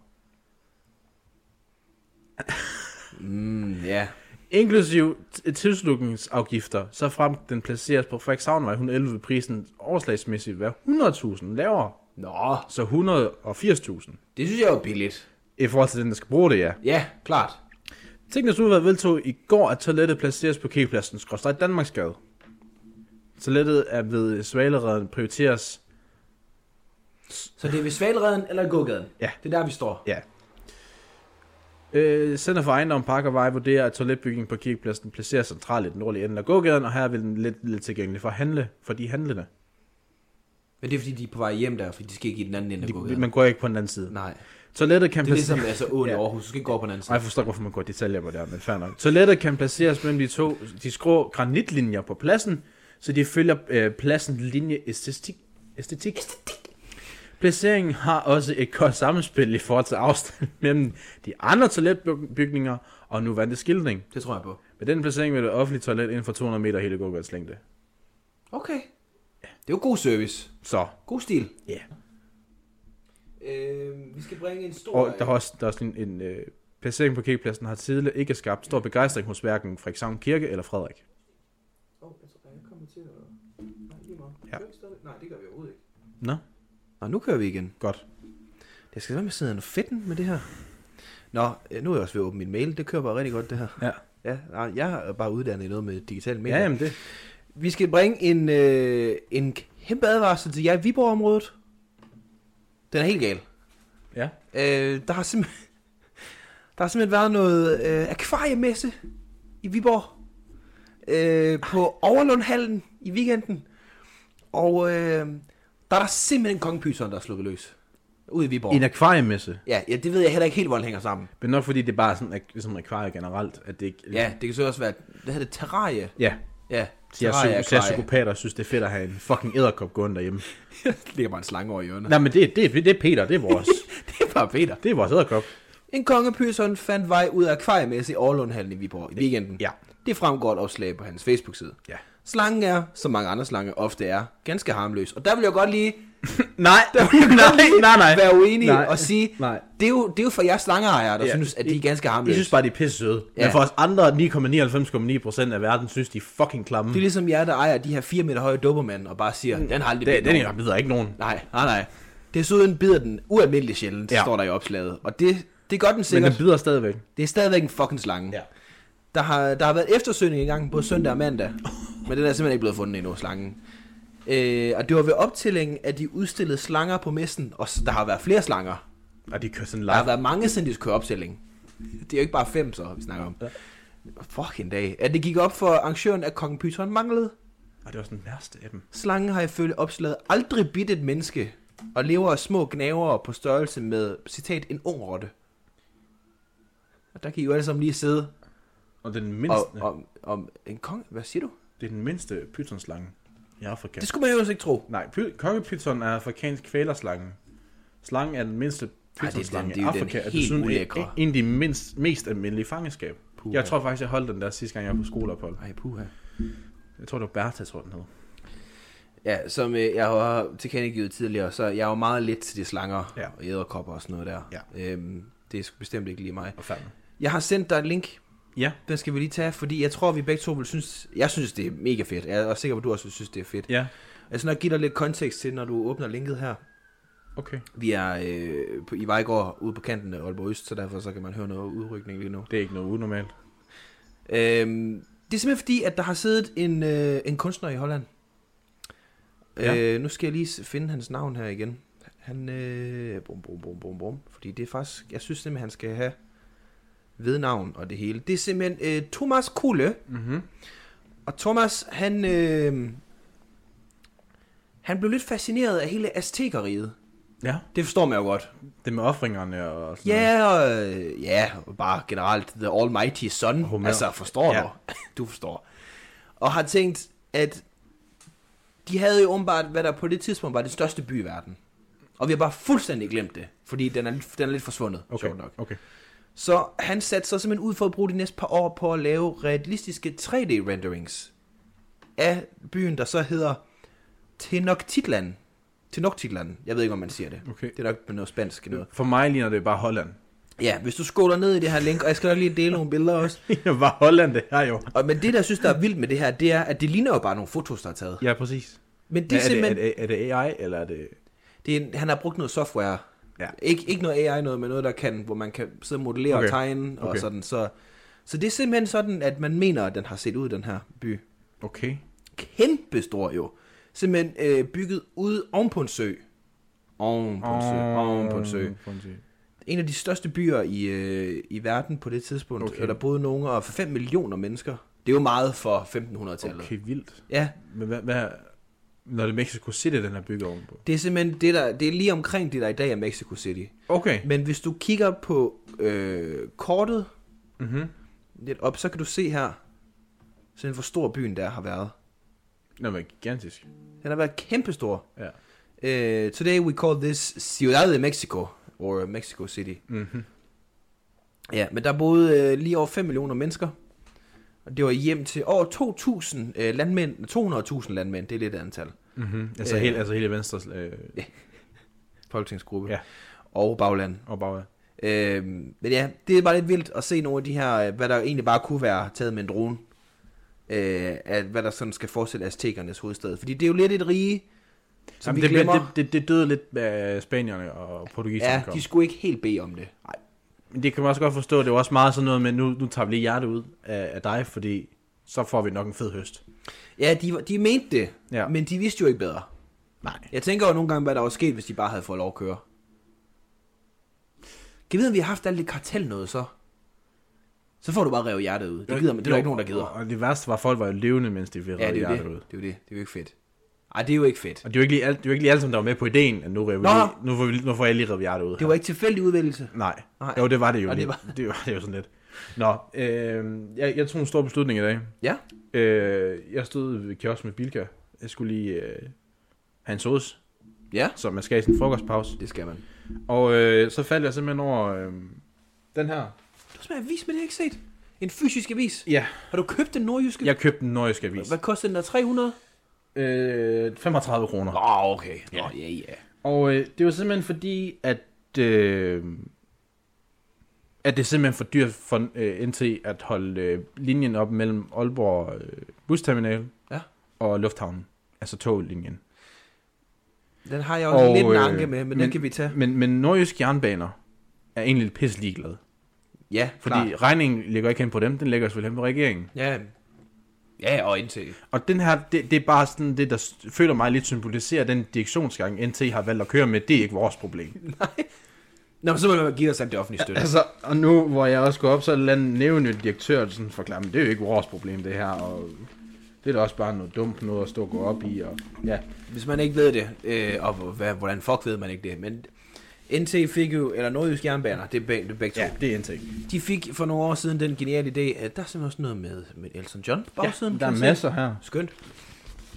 Mm, ja.
Inklusiv t- tilslutningsafgifter, så frem den placeres på Frederikshavnvej 111 vil prisen overslagsmæssigt være 100.000 lavere,
Nå,
så 180.000.
det synes jeg er jo billigt.
I forhold til den, der skal bruge det, ja.
Ja, klart.
Teknisk udvalg vedtog i går, at toilettet placeres på kirkepladsen, skråstrej Danmarksgade. Toilettet er ved Svalereden prioriteres.
Så det er ved Svalreden eller gågaden?
Ja.
Det er der, vi står.
Ja. Øh, Center for Ejendom Park og Vej vurderer, at toiletbygningen på kirkepladsen placeres centralt i den nordlige ende af gågaden, og her vil den lidt, lidt tilgængelig for, handle, for de handlende.
Men det er, fordi de er på vej hjem der, fordi de skal ikke i den anden ende af
De,
gågaden.
man går ikke på den anden side.
Nej.
Toilettet kan
Det er
placeres...
ligesom altså åen i
Ja.
Aarhus. Du skal ikke gå på den anden
Ej,
side.
jeg forstår ikke, hvorfor man går i detaljer på det her, men fair nok. Toilettet kan placeres mellem de to, de skrå granitlinjer på pladsen, så de følger øh, pladsen linje æstetik. æstetik. Placeringen har også et godt sammenspil i forhold til afstand mellem de andre toiletbygninger og nuværende skildning.
Det tror jeg på.
Med den placering vil det offentlige toilet inden for 200 meter hele gågadens længde.
Okay. Det er jo god service.
Så,
God stil.
ja. Yeah.
Øh, vi skal bringe en stor...
Og der er også, der er sådan en, en øh, placering på kirkepladsen har tidligere ikke skabt stor begejstring hos hverken Frederikshavn Kirke eller Frederik.
Åh, jeg tror, jeg kommer til at... Nej, lige meget.
Ja.
Kører vi stadig? Nej, det gør vi overhovedet ikke.
Nå,
Og nu kører vi igen.
godt.
Jeg skal være med at sidde og fedten med det her. Nå, øh, nu er jeg også ved at åbne min mail. Det kører bare rigtig godt, det her.
Ja,
Ja, nej, jeg er bare uddannet i noget med digitale medier.
ja jamen det.
Vi skal bringe en, øh, en kæmpe advarsel til jer i Viborg-området. Den er helt gal.
Ja.
Øh, der, har simpelthen, der har simpelthen været noget øh, akvariemesse i Viborg øh, på Overlundhallen i weekenden. Og øh, der er der simpelthen kongepyseren, der er slukket løs ude i Viborg.
En akvariemesse.
Ja, ja, det ved jeg heller ikke helt, hvordan det hænger sammen.
Men nok fordi det er bare sådan, at, ligesom en akvarie generelt, at det ikke...
Ja, det kan så også være, hvad hedder det, terrarie?
Ja,
Ja,
de er, psy- især
terrarie-akvarie.
psykopater og synes, det er fedt at have en fucking æderkop gående derhjemme.
ligger bare en slange over i hjørnet.
Nej, men det, det, det er Peter, det er vores.
Det er bare Peter.
det er vores æderkop.
En kongepyson fandt vej ud af akvariemæssigt i Overlundhallen i Viborg i weekenden.
Ja.
Det fremgår et opslag på hans Facebook-side.
Ja.
Slangen er, som mange andre slanger ofte er, ganske harmløs. Og der vil jeg godt lige
Nej, nej, nej, nej.
være uenig
Nej.
og sige,
Nej.
det er, jo, det er jo for jer slangeejere, der ja.
Ja.
synes, at de er ganske
Jeg
harmløse.
synes bare, de er pisse søde. Ja.
Ja.
Men for os andre 9,99,9% af verden synes, de er fucking klamme.
Det er ligesom jer, der ejer de her 4 meter høje dobermænd og bare siger, den har aldrig
Det,
bidt
den
nogen."
her bider ikke nogen.
Nej, nej, nej. Desuden bider den ualmindelig sjældent, ja.
Ja.
står der i opslaget. Og det, det gør den
Men
sikkert.
den bider stadigvæk.
Det er stadigvæk en fucking slange.
Ja.
Der har, der har været eftersøgning i gang på søndag og mandag, men den er simpelthen ikke blevet fundet endnu, slangen. Øh, og det var ved optællingen af de udstillede slanger på messen, og s- der har været flere slanger.
Og de kører sådan
Der har
live.
været mange, siden de skulle køre optælling. Det er jo ikke bare fem, så vi snakker om. Fucking dag. At det gik op for arrangøren, at kongen Python manglede.
Og det var sådan den værste af dem.
Slangen har ifølge opslaget aldrig bidt et menneske, og lever af små gnavere på størrelse med, citat, en ung rotte. Og der kan I jo alle sammen lige sidde
Og det er den
og,
mindste, og, og...
om, om en kong. Hvad siger du?
Det er den mindste pythonslange i Afrika.
Det skulle man jo altså ikke tro.
Nej, py- kongepython er afrikansk kvælerslange. Slangen er den mindste pythonslange
det er
i
jo den
Afrika, og
helt
desuden en,
ulækre.
en af de mindst, mest almindelige fangeskab.
Puha.
Jeg tror faktisk, jeg holdt den der sidste gang, jeg var på skoleophold.
Ej, puha.
Jeg tror, det var Bertha, tror jeg, den hed.
Ja, som øh, jeg har tilkendegivet tidligere, så jeg er jo meget lidt til de slanger
Ja.
og æderkopper og sådan noget der.
Ja.
Øhm, det er sgu bestemt ikke lige mig.
Og fanden.
Jeg har sendt dig et link.
Ja.
Den skal vi lige tage, fordi jeg tror, vi begge to vil synes... Jeg synes, det er mega fedt. Jeg er også sikker på, at du også vil synes, det er fedt. Altså,
Ja,
Jeg skal nok give dig lidt kontekst til, når du åbner linket her.
okay.
Vi er øh, på, i Vejgaard ude på kanten af Aalborg Øst, så derfor så kan man høre noget udrykning lige nu.
Det er ikke noget unormalt.
Øhm, det er simpelthen fordi, at der har siddet en, øh, en kunstner i Holland. Ja.
Ja.
Øh, nu skal jeg lige s- finde hans navn her igen. Han, øh, bum, bum, bum, bum, bum, fordi det er faktisk, jeg synes simpelthen, han skal have vednavn og det hele. Det er simpelthen øh, Thomas Kuhle,
Mm-hmm.
og Thomas, han, øh, han blev lidt fascineret af hele Aztekeriet.
Ja,
Det forstår man jo godt.
det med offringerne og sådan noget.
Ja, og, øh, ja, og bare generelt The Almighty Sun.
Homer.
Altså, forstår
Ja.
du? Du forstår. Og har tænkt, at de havde jo åbenbart, hvad der på det tidspunkt var det største by i verden. Og vi har bare fuldstændig glemt det, fordi den er, lidt- den er lidt forsvundet, okay. sjovt nok.
Okay, okay.
Så han satte sig simpelthen ud for at bruge de næste par år på at lave realistiske 3D-renderings af byen, der så hedder Tenochtitlan. Tenochtitlan, jeg ved ikke, om man siger det.
okay.
Det er nok noget spansk noget.
For mig ligner det bare Holland.
Ja, hvis du scroller ned i det her link, og jeg skal nok lige dele nogle billeder også.
Det ligner bare Holland, det her jo.
Og, men det, der jeg synes, der er vildt med det her, det er, at det ligner jo bare nogle fotos, der er taget.
Ja, præcis.
Men det
Det
er,
er, er, det, er,
simpelthen...
det, er det AI, eller er det...
Det er, en- han har brugt noget software.
Ja.
Ikke, ikke noget AI, noget, men noget, der kan, hvor man kan sidde og modellere okay.
Okay.
og tegne og
Okay.
sådan. Så, så det er simpelthen sådan, at man mener, at den har set ud, den her by.
Okay.
Kæmpestor jo. Simpelthen øh, bygget ude oven på en sø. Oven på en sø. Oven på en sø.
På en sø.
En af de største byer i, øh, i verden på det tidspunkt.
Okay.
Okay. Og der boede nogen og 5 millioner mennesker. Det er jo meget for 1500-tallet.
Okay, vildt.
Ja,
Men hvad, hvad, når det er Mexico City, den er bygget ovenpå?
det er simpelthen det, der, det er lige omkring det, der i dag er Mexico City.
Okay.
Men hvis du kigger på øh, kortet
Mm-hmm.
lidt op, så kan du se her, sådan hvor stor byen der har været.
Den var gigantisk.
Den har været kæmpestor.
Ja.
Uh, today we call this Ciudad de Mexico, or Mexico City.
Mm-hmm.
Ja, men der boede øh, lige over 5 millioner mennesker. Og det var hjem til over 2.000 øh, landmænd, 200.000 landmænd, det er lidt et antal.
Mm-hmm. Altså,
Øh.
øh. hele, altså hele Venstres... Øh,
Folketingsgruppe.
Ja.
og bagland.
Og bare...
Øhm, men ja, det er bare lidt vildt at se nogle af de her, øh, hvad der egentlig bare kunne være taget med en drone. Øh, at hvad der sådan skal fortsætte Aztekernes hovedstad. Fordi det er jo lidt et rige, som
Jamen,
Jamen, vi
det,
det, glemmer.
bliver-
Det,
det, det, det døde lidt af spanierne og portugiserne
ja,
kom.
de skulle ikke helt bede om det. Nej.
Men det kan man også godt forstå, det er jo også meget sådan noget med, nu, nu tager vi lige hjertet ud af, af dig, fordi så får vi nok en fed høst.
Ja, de, var- de mente det,
Ja.
ja. men de vidste jo ikke bedre.
Nej.
Jeg tænker jo nogle gange, hvad der var sket, hvis de bare havde fået lov at køre. Kan vi vide, om vi har haft alt det kartel noget så? Så får du bare revet hjertet ud. Det gider man. Det er der ikke nogen, der gider.
Og det værste var, at folk var jo levende, mens de ville
Ja, det er jo
hjertet
det.
ud.
Det er jo det. Det er jo ikke fedt. Ej, det er jo ikke fedt.
Og det er jo ikke lige, alt, det er jo ikke lige alle, som der var med på ideen, at nu, river vi
Nå.
lige, nu, får, vi, nu får jeg lige revet hjertet ud.
Det var ikke tilfældig udvælgelse.
Nej.
Nej.
Jo, det var det jo
Og det
lige.
var-
Det var det jo sådan lidt. Nå, øh, jeg, jeg tog en stor beslutning i dag.
Ja.
Øh, jeg stod ved kiosken med Bilka. Jeg skulle lige øh, have en sauce,
Ja,
som man skal i sin frokostpause.
det skal man.
Og øh, så faldt jeg simpelthen over øh, den her.
Du smager avis, men det har jeg ikke set. En fysisk avis.
Ja,
Har du købt den nordjyske?
jeg købte den nordiske avis.
Hvad koster den der? 300?
Øh, 35 kroner.
Nå, okay. Nå,
Ja.
ja, ja. ja.
Og øh, det var simpelthen fordi, at, øh, at det er simpelthen for dyrt for øh, NT at holde øh, linjen op mellem Aalborg øh, Busterminal
Ja.
og Lufthavnen. Altså toglinjen.
Den har jeg også
Og,
og, lidt en
øh,
anke med, men, men
men-
den kan vi tage.
Men, men nordjyske jernbaner er egentlig lidt pisse ligeglade.
Ja,
Fordi
fordi...
Klar. regningen ligger ikke hen på dem, den ligger selvfølgelig hen på regeringen.
Ja, ja og indtil.
Og den her, det, det er bare sådan det, der s- føler mig lidt symboliserer den direktionsgang, NT har valgt at køre med. Det er ikke vores problem.
Nå, men så må man give os alt det offentlige støtte.
Altså, og nu hvor jeg også går op, så er den nævne direktør sådan forklarer, men det er jo ikke vores problem det her, og det er da også bare noget dumt noget at stå og gå op i, og ja.
Hvis man ikke ved det, øh, og hvor- hvad, hvordan fuck ved man ikke det, men NT fik jo, eller Nordjysk Jernbaner, det er begge, det er begge to,
det er en ting.
de fik for nogle år siden den geniale idé, at der er simpelthen også noget med, med Elton John på bagsiden.
der
kan
er
man se.
masser her.
Skønt.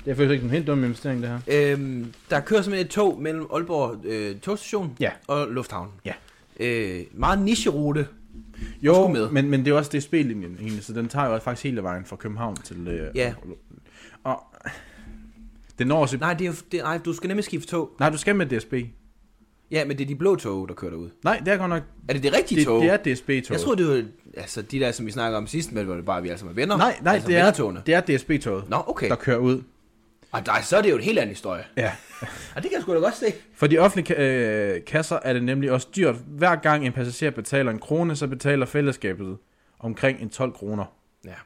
Det er faktisk ikke en helt dum investering, det her.
Øhm, der kører simpelthen et tog mellem Aalborg øh, togstation
Ja.
og Lufthavnen.
Ja.
Øh, meget nicherute.
Jo,
sgu med.
Men, men det er også DSB-linjen egentlig, så den tager jo faktisk hele vejen fra København til... Øh,
Ja.
Og den når også... Nej.
Nej, det er, jo- det, nej, du skal nemlig skifte tog.
Nej, du skal med DSB.
Ja, men det er de blå tog, der kører derud.
Nej, det er godt nok...
Er det det rigtige
Det,
tog?
det er DSB-toget.
Jeg tror det var, altså de der, som vi snakkede om sidst, men hvor det bare, vi altså var venner.
Nej, nej,
altså,
det, er,
vennertogene.
det er DSB-toget,
Nå, okay.
der kører ud.
Og nej, så er det jo en helt anden historie.
Ja.
Og det kan jeg sgu da godt se.
For de offentlige ka- øh, kasser er det nemlig også dyrt. Hver gang en passager betaler en krone, så betaler fællesskabet omkring en 12 kroner.
Ja.
Og,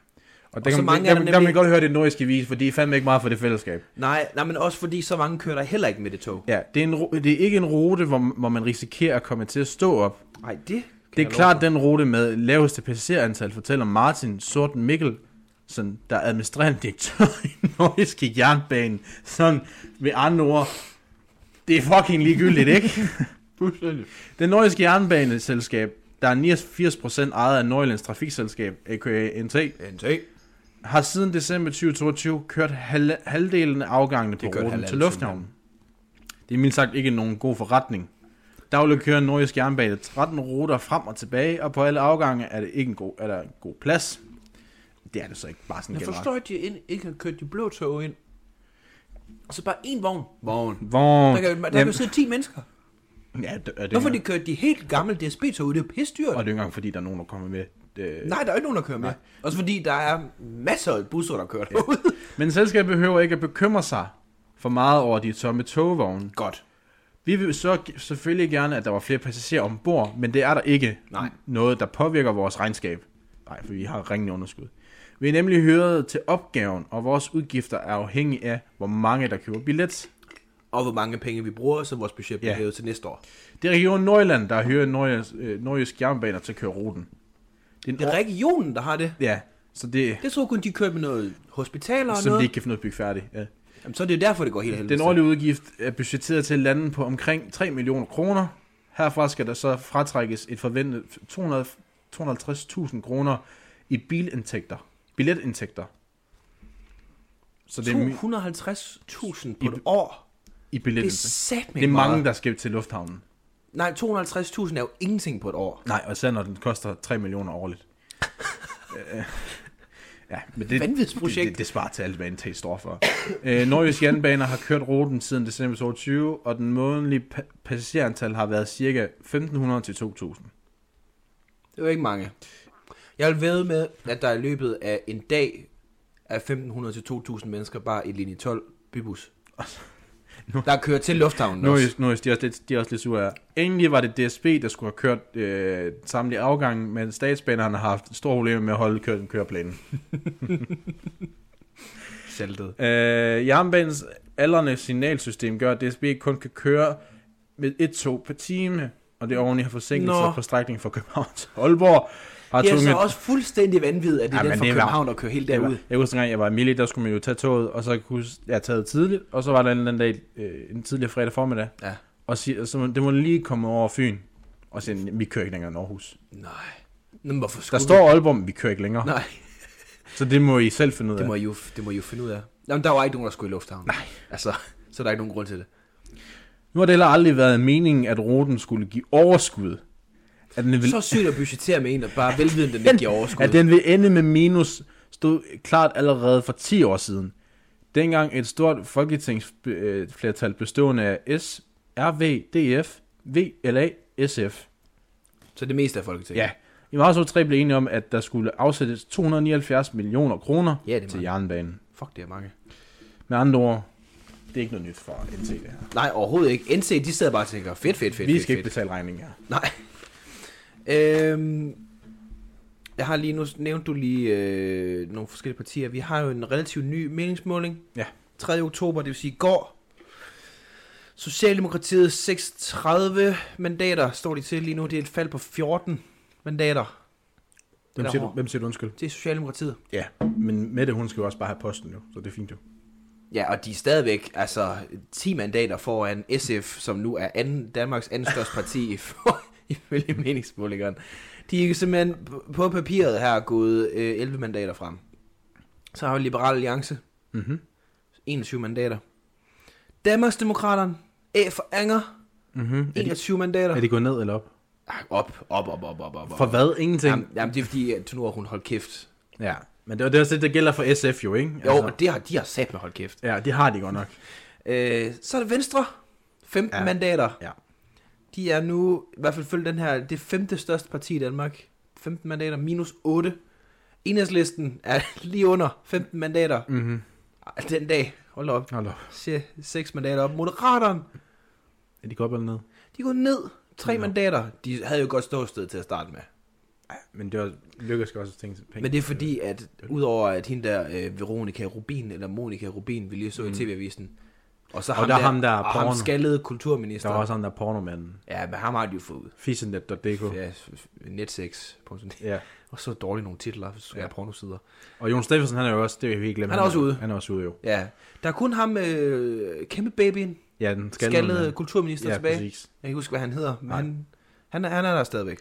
så
der, kan, man,
mange
der,
er der
der, der, der kan man
nemlig-
godt høre det nordiske vis, for det er fandme ikke meget for det fællesskab.
Nej, nej, men også fordi så mange kører der heller ikke med det tog.
Ja, det er, en, ru- det er ikke en rute, hvor, hvor man risikerer at komme til at stå op.
Nej, det kan
Det
jeg
er
love
klart,
dig.
den rute med laveste passagerantal fortæller Martin Sorten Mikkelsen, der er administrerende direktør i Nordiske Jernbane. Sådan med andre ord, det er fucking ligegyldigt, ikke? Det nordiske jernbaneselskab, der er 89% ejet af Nordjyllands Trafikselskab, aka NT,
NT.
har siden december 2022 kørt halv- halvdelen af afgangene på
Det gør
ruten
halvdelen,
til lufthavnen. Det er mildt sagt ikke nogen god forretning. Dagligt kører Nordisk Jernbane 13 ruter frem og tilbage, og på alle afgange er, det ikke en god, er der en god plads. Det er det så ikke bare sådan
Jeg
generelt.
forstår, at de ind, ikke har kørt de blå tog ind. Og så bare én vogn. Vogn.
Hvor...
Der kan, der kan jo
Jamen,
sidde 10 mennesker.
ja, det, er det
Hvorfor
ikke-
de kørte de helt gamle DSB-tog ud? Det er jo pisse dyrt.
Og det er jo ikke engang, fordi der er nogen, der kommer med. Øh,
Nej, der er jo ikke nogen, der kører med. Også fordi der er masser af busser, der kører derud.
Men selskabet behøver ikke at bekymre sig for meget over de tomme togvogne.
Godt.
Vi vil så g- selvfølgelig gerne, at der var flere passagerer ombord, men det er der ikke
Nej.
noget, der påvirker vores regnskab. Nej, for vi har ringende underskud. Vi er nemlig høret til opgaven, og vores udgifter er afhængige af, hvor mange der køber billet.
Og hvor mange penge vi bruger, så vores budget bliver
Ja.
hævet til næste år.
Det er Region Nordjylland, der hører Nordjysk, øh, Nordjysk Jernbaner til at køre ruten. Det er en
Det er regionen, der har det.
Ja, så det,
Jeg tror kun, de kørte med noget hospitaler og
som de
noget.
ikke kan få noget bygge færdigt. Ja.
Jamen, så er det jo derfor, det går helt helvede.
Den årlige udgift er budgetteret til at lande på omkring 3 millioner kroner. Herfra skal der så fratrækkes et forventet 200 250.000 kroner i bilindtægter. Billetindtægter. Så det er mi-
250.000 på et år.
i
Det er
billetindtægter.
satme
Det er mange,
meget.
der skal til lufthavnen.
Nej, 250.000 er jo ingenting på et år.
Nej, og især når den koster 3 millioner årligt. Øh, Ja, men det,
Vanvidsprojekt.
Det, det, det svarer til alt, hvad NT står for. øh, Norges Jernbaner har kørt ruten siden december 2022, og den månedlige pa- passagerantal har været ca. 1.500 til 2.000.
Det var ikke mange. Jeg vil ved med, at der i løbet af en dag er 1.500 til 2.000 mennesker bare i linje 12 bybus. Der kører til lufthavnen også.
Norges, Norges de, er også lidt, de er også lidt sure. Endelig var det DSB, der skulle have kørt øh, samtlige afgange, men statsbanerne har haft store problemer med at holde kø- køreplanen.
Saltet.
Øh, jernbanens aldrende signalsystem gør, at DSB kun kan køre med et tog per time, og det oveni har forsinkelser
Nå.
på strækningen fra København til Aalborg. Har
Det er
tvunget-
så også fuldstændig vanvittigt, at det er
Ja,
ja,
men
den fra
det var-
København, der kører helt
Jeg,
derud.
jeg husker en gang, jeg var i Mille, der skulle man jo tage toget, og så kan jeg huske, jeg taget tidligt, og så var der en eller anden dag, øh, en tidligere fredag formiddag,
Ja.
og siger, så må- det må lige komme over Fyn, og siger, vi kører ikke længere end Aarhus.
Nej. Nå, men hvorfor
Der
skulle
står Aalborg, men vi kører ikke længere,
vi? Nej,
så det må I selv finde ud af.
det må, I jo, det må I jo finde ud af. Jamen, der var ikke nogen, der skulle i lufthavnen. Nej. Altså, så er der ikke nogen grund til det.
Nu har det heller aldrig været meningen, at ruten skulle give overskud. At den vil,
Så sygt at budgettere med en, der bare velvidende den ikke giver overskud.
at den vil ende med minus, stod klart allerede for 10 år siden. Dengang et stort folketingsflertal bestående af S, RV, DF, VLA, SF.
Så det meste af Folketinget.
Ja, i marts 3 blev enige om, at der skulle afsættes 279 millioner kroner
Ja, det er meget.
til jernbanen.
Fuck, det er mange.
Med andre ord, det er ikke noget nyt for NT det her.
Nej, overhovedet ikke. NC, de sidder bare og tænker, fedt, fedt, fedt,
Vi
fedt,
skal ikke
fedt.
betale regningen her.
Nej. Øhm, jeg har lige nu, nævnte du lige øh, nogle forskellige partier. Vi har jo en relativt ny meningsmåling.
Ja.
3. oktober, det vil sige i går. Socialdemokratiet 36 mandater står de til lige nu. Det er et fald på 14 mandater.
Hvem
er
siger, du,
hård.
hvem siger du undskyld?
Det er Socialdemokratiet.
Ja, men Mette, hun skal jo også bare have posten jo, så det er fint jo.
Ja, og de er stadigvæk altså, 10 mandater foran SF, som nu er anden, Danmarks anden største parti for, ifølge meningsmålingerne. De er simpelthen på- på papiret her gået øh, 11 mandater frem. Så har vi Liberal Alliance,
Mm-hmm.
21 mandater. Danmarksdemokraterne, A for Anger,
Mm-hmm. Er, de,
21 mandater.
er de gået ned eller op?
Ah, Op, op, op, op, op, op. op.
For hvad? Ingenting?
Jamen, jamen, det er fordi, at nu har hun holdt kæft.
Ja, men det, det er også det, der gælder for SF jo, ikke?
Jo, altså. det har, de har sat med holdt kæft.
Ja, det har de godt nok.
Øh, så er det Venstre, 15
Ja.
ja. mandater.
Ja.
De er nu, i hvert fald følge den her, det femte største parti i Danmark. 15 mandater, minus 8. Enhedslisten er lige under 15 mandater.
Mm-hmm.
Ej, Den dag, hold da op,
Hold op.
siger 6 mandater op. Moderaterne,
Er de gået op eller ned?
de går ned. 3
Ja.
ja. mandater. De havde jo et godt ståsted til at starte med.
Ja, men det var, Lykke skal også tænke penge.
Men det er fordi, at udover at hende der, øh, Veronica Rubin, eller Monika Rubin, vi lige så i
Mm.
tv-avisen, og så
Og
ham
der er
der,
ham der
og ham
porno.
skaldede
Der
kulturminister.
var også ham der pornomanden.
Ja, men ham har de jo fået ud.
Fisenet.dk.
Ja, f- f- netsex.dk.
Ja.
Og så dårligt nogle titler, hvis du skal
Ja.
ja. have pornosider.
Og Jon Steffensen, han er jo også, det vil vi ikke glemme.
Han er også ude.
Han er også ude, jo.
Ja, der er kun ham, øh, kæmpe babyen,
Ja, den skaldede
skaldede kulturminister
ja,
ja, tilbage. Præcis.
Præcis.
Jeg kan ikke huske, hvad han hedder, men
Nej.
han, han, er, han er der stadigvæk.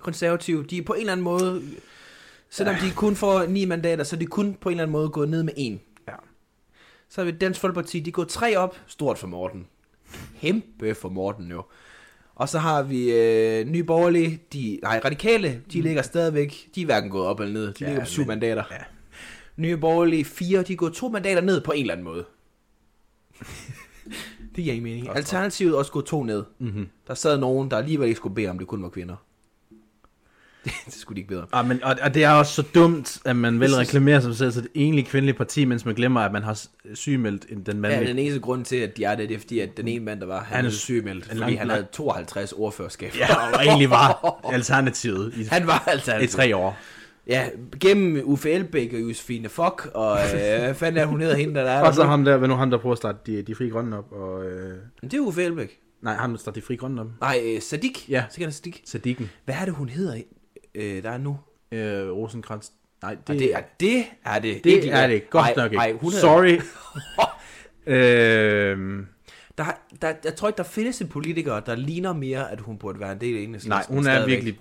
Konservative, de er på en eller anden måde, selvom de kun får ni mandater, så er de kun på en eller anden måde gået ned med en.
Ja.
Så har vi Dansk Folkeparti, de går tre op, stort for Morten. Kæmpe for Morten jo. Og så har vi øh, Nye Borgerlige, de, nej, Radikale, de ligger stadigvæk, de er hverken gået op eller ned, de
Ja,
Mm. ja, ligger på syv
men-
mandater.
ja.
Nye Borgerlige 4, de er gået to mandater ned på en eller anden måde. det giver ingen mening.
Også
Alternativet er også Mhm. gået to ned.
Mm-hmm.
Der sad nogen, der alligevel ikke skulle bede om, det kun var kvinder. det, det skulle de ikke bede om.
Ah, men, og, og, det er også så dumt, at man vil
Præcis.
reklamere sig selv til det egentlig kvindelige parti, mens man glemmer, at man har s- sygemeldt en-
Ja,
den mandlige.
den eneste grund til, at de er det, det er fordi, at den ene mand, der var, han,
Han
han
er
er sygemeldt, fordi
langt-
han havde 52 ordførerskaber.
ja, og egentlig var alternativet i,
Han var altså...
i tre år.
Ja, gennem Uffe Elbæk og Josefine Fock, og øh, hvad fanden er hun hedder hende, der er
Og så
der nu?
Altså, ham der, hvad nu ham der prøver at starte de, de frie grønne op, og... Øh,
Men Det er Uffe Elbæk.
nej, ham der starter de frie grønne op.
Nej, øh, Sadik.
Ja.
Så kan det Sadik.
Sadikken.
Hvad er det, hun hedder, øh, der er nu?
Øh, Rosenkrantz. Nej, det,
Det, det, er, det er det.
det,
de-
er det godt
Ej,
nok ikke.
Ej, hun Sorry.
Sorry. øh,
Der, der, jeg tror ikke, der findes en politiker, der ligner mere, at hun burde være en del af enhedslisten.
nej, hun er
stadigvæk.
virkelig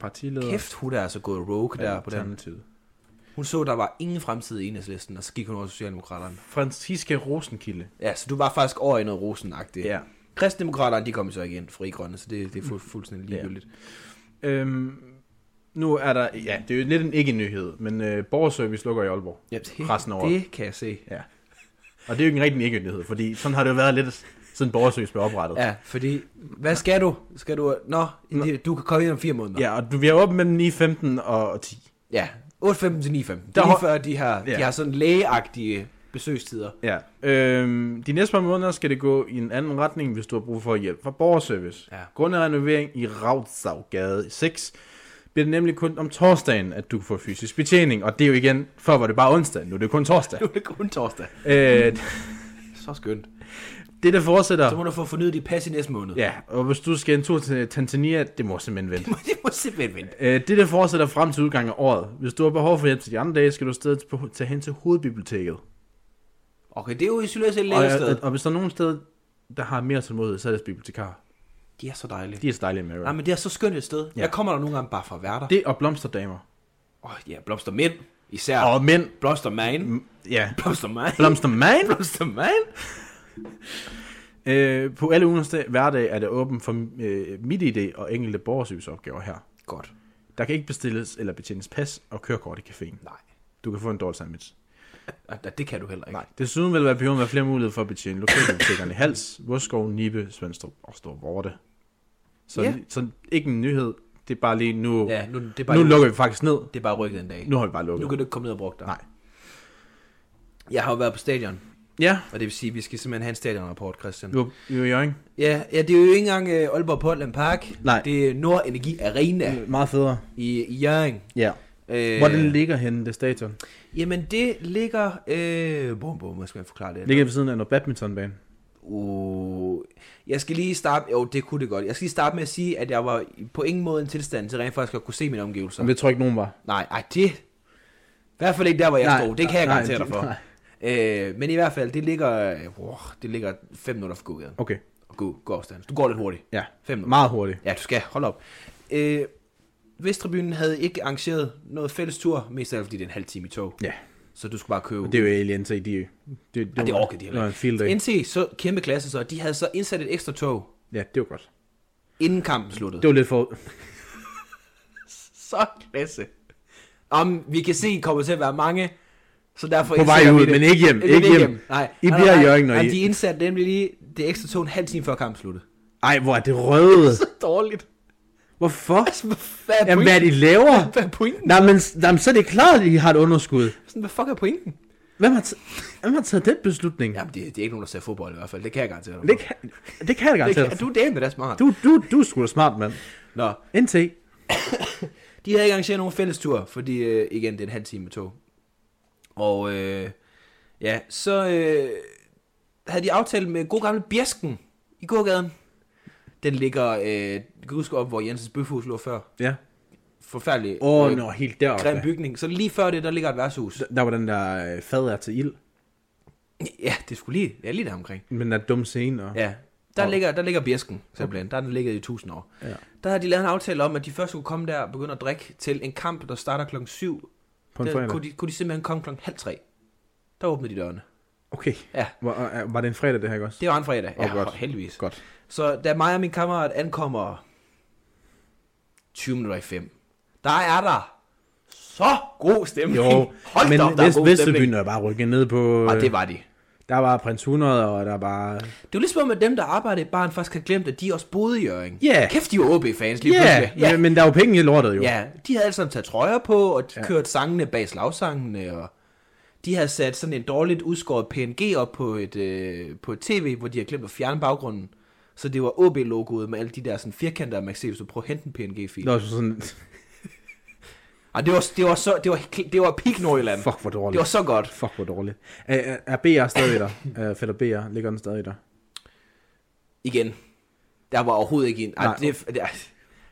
partileder.
Kæft, hun er altså gået rogue
Ja,
der på den. Hun så, der var ingen fremtid i enhedslisten, og så gik hun over til Socialdemokraterne.
Franziska Rosenkilde.
Ja, så du var faktisk over i noget rosenagtigt.
Ja.
Mm. Kristdemokraterne, de kom så igen, fri grønne, så det, det er fu- fuldstændig ligegyldigt.
Øhm, Nu er der, ja, det er jo lidt en ikke-nyhed, men øh, borgerservice lukker i Aalborg.
Ja, det,
Resten over.
det kan jeg se.
Ja. Og det er jo ikke en rigtig ikke-nyhed, fordi sådan har det jo været lidt, siden borgerservice blev oprettet.
Ja, fordi, hvad skal du? Skal du, nå, det- du kan komme ind om fire måneder.
ja og du, vi er åbent mellem 9, 15 og 10.
ja 8.15 til 9.15. Det
Der
er
har-
lige før, de har,
Ja.
de har sådan lægeagtige besøgstider.
Ja. Øhm, de næste par måneder skal det gå i en anden retning, hvis du har brug for hjælp fra borgerservice.
Ja.
Grundet renovering i Rautsaugade 6 bliver det nemlig kun om torsdagen, at du får fysisk betjening. Og det er jo igen, før var det bare onsdag, nu er det kun torsdag.
Nu er det kun torsdag.
øh,
Så skønt.
det der fortsætter...
Så må du få fornyet dit pas i næste måned.
Ja, og hvis du skal en tur til Tanzania, det må simpelthen vente.
Det må simpelthen vente.
Øh, det der fortsætter frem til udgangen af året. Hvis du har behov for hjælp til de andre dage, skal du stedet på, tage hen til hovedbiblioteket.
Okay, det er jo isoleret set et
Og,
lægested.
og, og, hvis der er nogen sted, der har mere tålmodighed, så er det bibliotekarer.
De er så dejlige.
De er så dejlige med.
Nej, men det er så skønt et sted.
Ja.
Jeg kommer der nogle gange bare for at være der.
Det og blomsterdamer.
Åh, oh, ja, blomstermænd. Især.
Ja.
Og...
Og Mm. mænd.
Blomstermand.
Ja.
Blomstermand.
Blomstermand.
Blomstermand.
øh, på alle ugens dag- hverdage er det åbent for øh, midt idé og enkelte borgerserviceopgaver her.
Godt.
Der kan ikke bestilles eller betjenes pas og kørekort i caféen.
Nej.
Du kan få en dårlig sandwich.
Og Det kan du heller ikke.
Nej. Desuden vil der være perioden være flere muligheder for at betjene lokalbibliotekerne i Hals, Vurskov, Nibe, Svendstrup og Storvorte. Så,
Ja.
yeah. så ikke en nyhed, det er bare lige nu,
Ja,
yeah,
nu, det er bare,
nu lukker vi faktisk ned.
det er bare rykket en dag.
Nu har vi bare lukket.
Nu kan du ikke komme ned og bruge dig.
Nej.
Jeg har jo været på stadion,
Ja,
og det vil sige, at vi skal simpelthen have en stadionrapport, Christian.
du er jo i Jørgen.
Ja, ja, det er jo ikke engang øh, Aalborg Portland Park.
Nej.
Det er Nord Energi Arena
Meget federe.
i, i Jørgen.
Ja.
Øh,
Hvor den ligger henne, det stadion?
Jamen, det ligger... Øh, bum, bum, hvad skal jeg forklare det?
Ligger det ved siden af noget badmintonbane?
Uh, jeg skal lige starte... Jo, det kunne det godt. Jeg skal lige starte med at sige, at jeg var i- på ingen måde i en tilstand til rent faktisk at kunne se mine omgivelser.
Som det tror jeg ikke nogen var.
Nej, ej, det... I hvert fald ikke der, hvor jeg
Nej,
stod. Det kan jeg
nej,
garantere dig
det-
for.
nej.
Øh, men i hvert fald, det ligger... øh, Wow, det ligger 5 minutter fra gågaden.
Okay,
Gå, gå afstand. Du går lidt hurtigt.
ja.
Fem minutter.
Meget hurtigt.
Ja, du skal. Hold op. Øh, Vesttribunen havde ikke arrangeret noget fælles tur, mest af alt fordi det er en halv time i tog.
Ja,
Så du skulle bare købe...
det er jo Alien, så de... Det, det,
Ej, det
var-
orkede de heller
Det var en field day.
NC, så kæmpe klasse så, de havde så indsat et ekstra tog,
Ja, det var godt.
inden kampen sluttede.
Det var lidt for...
Så klasse. Om vi kan se, I kommer til at være mange, så derfor...
På vej
indsætter vi
ud,
det.
men ikke hjem.
Men
Ikke hjem.
Nej.
I
nej,
bliver
nej,
i Hjørring, når
nej,
I-
De indsatte nemlig lige det ekstra tog en halv time før kampen sluttede.
Ej, hvor er det røde.
Så dårligt.
Hvorfor?
Altså, hvad- hvad er
Jamen, hvad
pointen?
er det, de laver?
Hvad er pointen?
Nej, men, nej, men så er det klart, at I har et underskud.
Sådan, hvad fuck er pointen?
Hvem har, t- Hvem har taget den beslutning? Ja,
Jamen, det, det er ikke nogen, der ser fodbold i hvert fald. Det kan jeg garantere dig.
det, kan, det kan jeg da
det
garantere.
kan, du er dame, der er smart.
Du, du, du er sgu da smart, mand.
Nå,
NT.
de havde ikke arrangeret nogen fællestur, fordi øh, igen, det er en halv time med tog. Og øh, ja, så øh, havde de aftalt med god gamle Bjersken i gågaden. Den ligger, øh, du kan huske op, hvor Jensens Bøfhus lå før.
Ja.
Forfærdelig øh,
Åh, oh, nå, helt deroppe.
grim bygning. Så lige før det, der ligger et værtshus.
Der var den der øh, fader til ild.
Ja, det skulle lige, ja, lige der omkring.
Men den der dumme scene. Og...
Ja, der,
Og-
ligger, der ligger Bjersken, simpelthen. Der har den ligget i tusind år.
Ja.
Der har de lavet en aftale om, at de først skulle komme der og begynde at drikke til en kamp, der starter klokken 7.
På en
Der
fredag.
kunne de, kunne de simpelthen komme klokken halv tre. Der åbnede de dørene.
Okay.
Ja.
Var, øh, var det en fredag, det her ikke også?
Det var en fredag.
Åh,
Ja,
godt.
oh, heldigvis.
Godt.
Så da mig og min kammerat ankommer 20 minutter i 5, der er der så god stemning.
Jo,
Hold
men Øh.
da op, der
Vest,
er god
Vesterbyen
stemning.
er bare rykket ned på...
Og det var de.
Der var Prins 100, og der var...
Det var ligesom om, at dem, der arbejdede i baren, faktisk har glemt, at de også boede i Jørgen.
Ja.
Kæft, de var OB-fans lige
Ja,
pludselig.
ja, men der var penge i lortet jo.
Ja, de havde alle sammen taget trøjer på, og de ja. kørte sangene bag slagsangene, og de havde sat sådan en dårligt udskåret PNG op på et, øh, på et tv, hvor de havde glemt at fjerne baggrunden. Så det var OB-logoet med alle de der sådan firkanter, man kan se, hvis du prøver at hente en PNG-fil.
Det var sådan...
Ej, Ah, det var, det var, så, det var, det var peak Nordjylland.
Fuck, hvor dårligt.
Det var så godt.
Fuck, hvor dårligt. Er, er, er BR stadig der? Er fætter BR, ligger den stadig der?
Igen. Der var overhovedet ikke en... Ej,
Nej.
det, det, ej,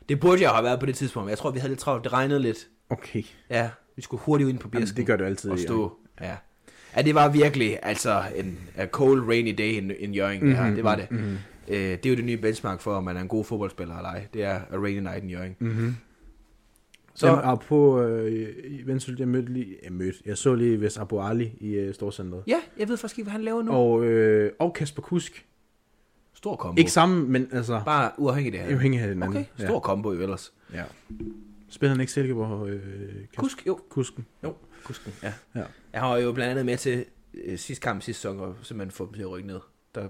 det, burde jeg have været på det tidspunkt, men jeg tror, vi havde lidt travlt. Det regnede lidt.
Okay.
Ja, vi skulle hurtigt ind på
Jamen,
Birken.
det gør det altid.
at
ja.
stå. Ja. ja, det var virkelig altså en a cold rainy day in, in Jørgen. Mm-hmm, det,
Mhm,
her. det var det. Mm-hmm. Øh, det er jo det nye benchmark for, om man er en god fodboldspiller eller ej. Det er a rainy night in Jørgen.
Mhm.
Så,
Jamen, apropos, øh, i Vendsyssel, jeg mødte lige, jeg mødte, jeg så lige Vest Abu Ali i øh, Storcenteret.
ja, jeg ved faktisk ikke, hvad han laver nu.
Og, øh, og Kasper Kusk.
Stor kombo.
Ikke sammen, men altså,
Bare uafhængigt af
jo
det.
hænger af hinanden.
Okay, stor kombo jo ellers.
Ja. ja. Spiller han ikke Silkeborg? Øh, Kasper
Kusk, jo.
Kusken.
Kusken, ja.
Ja.
Jeg har jo blandt andet med til øh, sidste kamp sidste sæson, og simpelthen få dem til at rykke ned. Der,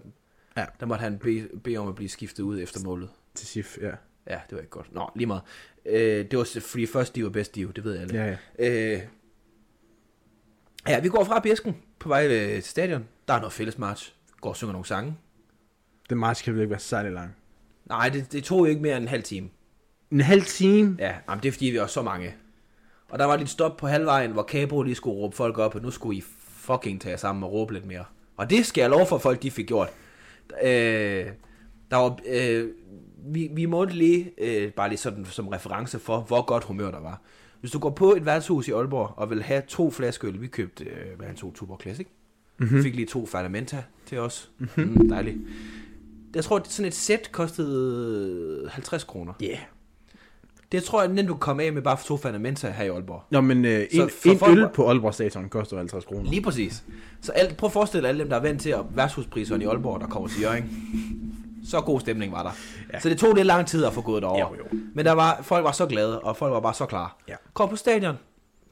Ja.
der måtte han bede, bede om at blive skiftet ud efter målet.
Til SIF, ja.
Ja, det var ikke godt. Nå, lige meget. Øh, det var s- fordi først de var bedst, de jo, det ved alle.
ja, ja.
Øh, ja, vi går fra Bjesken på vej øh, til stadion. Der er noget fælles march. Går og synger nogle sange.
Den march kan vel ikke være særlig lang.
Nej, det, det tog jo ikke mere end en halv time.
En halv time?
Ja, jamen, det er fordi, vi var så mange. Og der var lidt stop på halvvejen, hvor Cabo lige skulle råbe folk op, og nu skulle I fucking tage jer sammen og råbe lidt mere. Og det skal jeg love for, at folk de fik gjort. Øh, der var, øh, vi, vi målte lige, øh, bare lige sådan som reference for, hvor godt humør der var. Hvis du går på et værtshus i Aalborg og vil have to flaskeøl, vi købte, øh, hvad er en to Tuborg Classic? Mm-hmm. Fik lige to Fernamenta til os. Mm-hmm. Mm, dejligt. Jeg tror, sådan et sæt kostede 50 kroner.
Yeah.
Det tror jeg nemt, du kan komme af med bare for to Fanamenta her i Aalborg.
Nå, men øh,
Så
en,
for
en
folk
øl
var-
på Aalborg Stadion koster 50 kroner.
Lige præcis. Så alt, prøv at forestille dig alle dem, der er vant til at værtshuspriserne i Aalborg, der kommer til Jørgen. Så god stemning var der. Ja.
Ja.
Så det tog lidt lang tid at få gået derover.
Jo, jo.
Men der var, folk var så glade, og folk var bare så klar.
Ja.
Kom på stadion.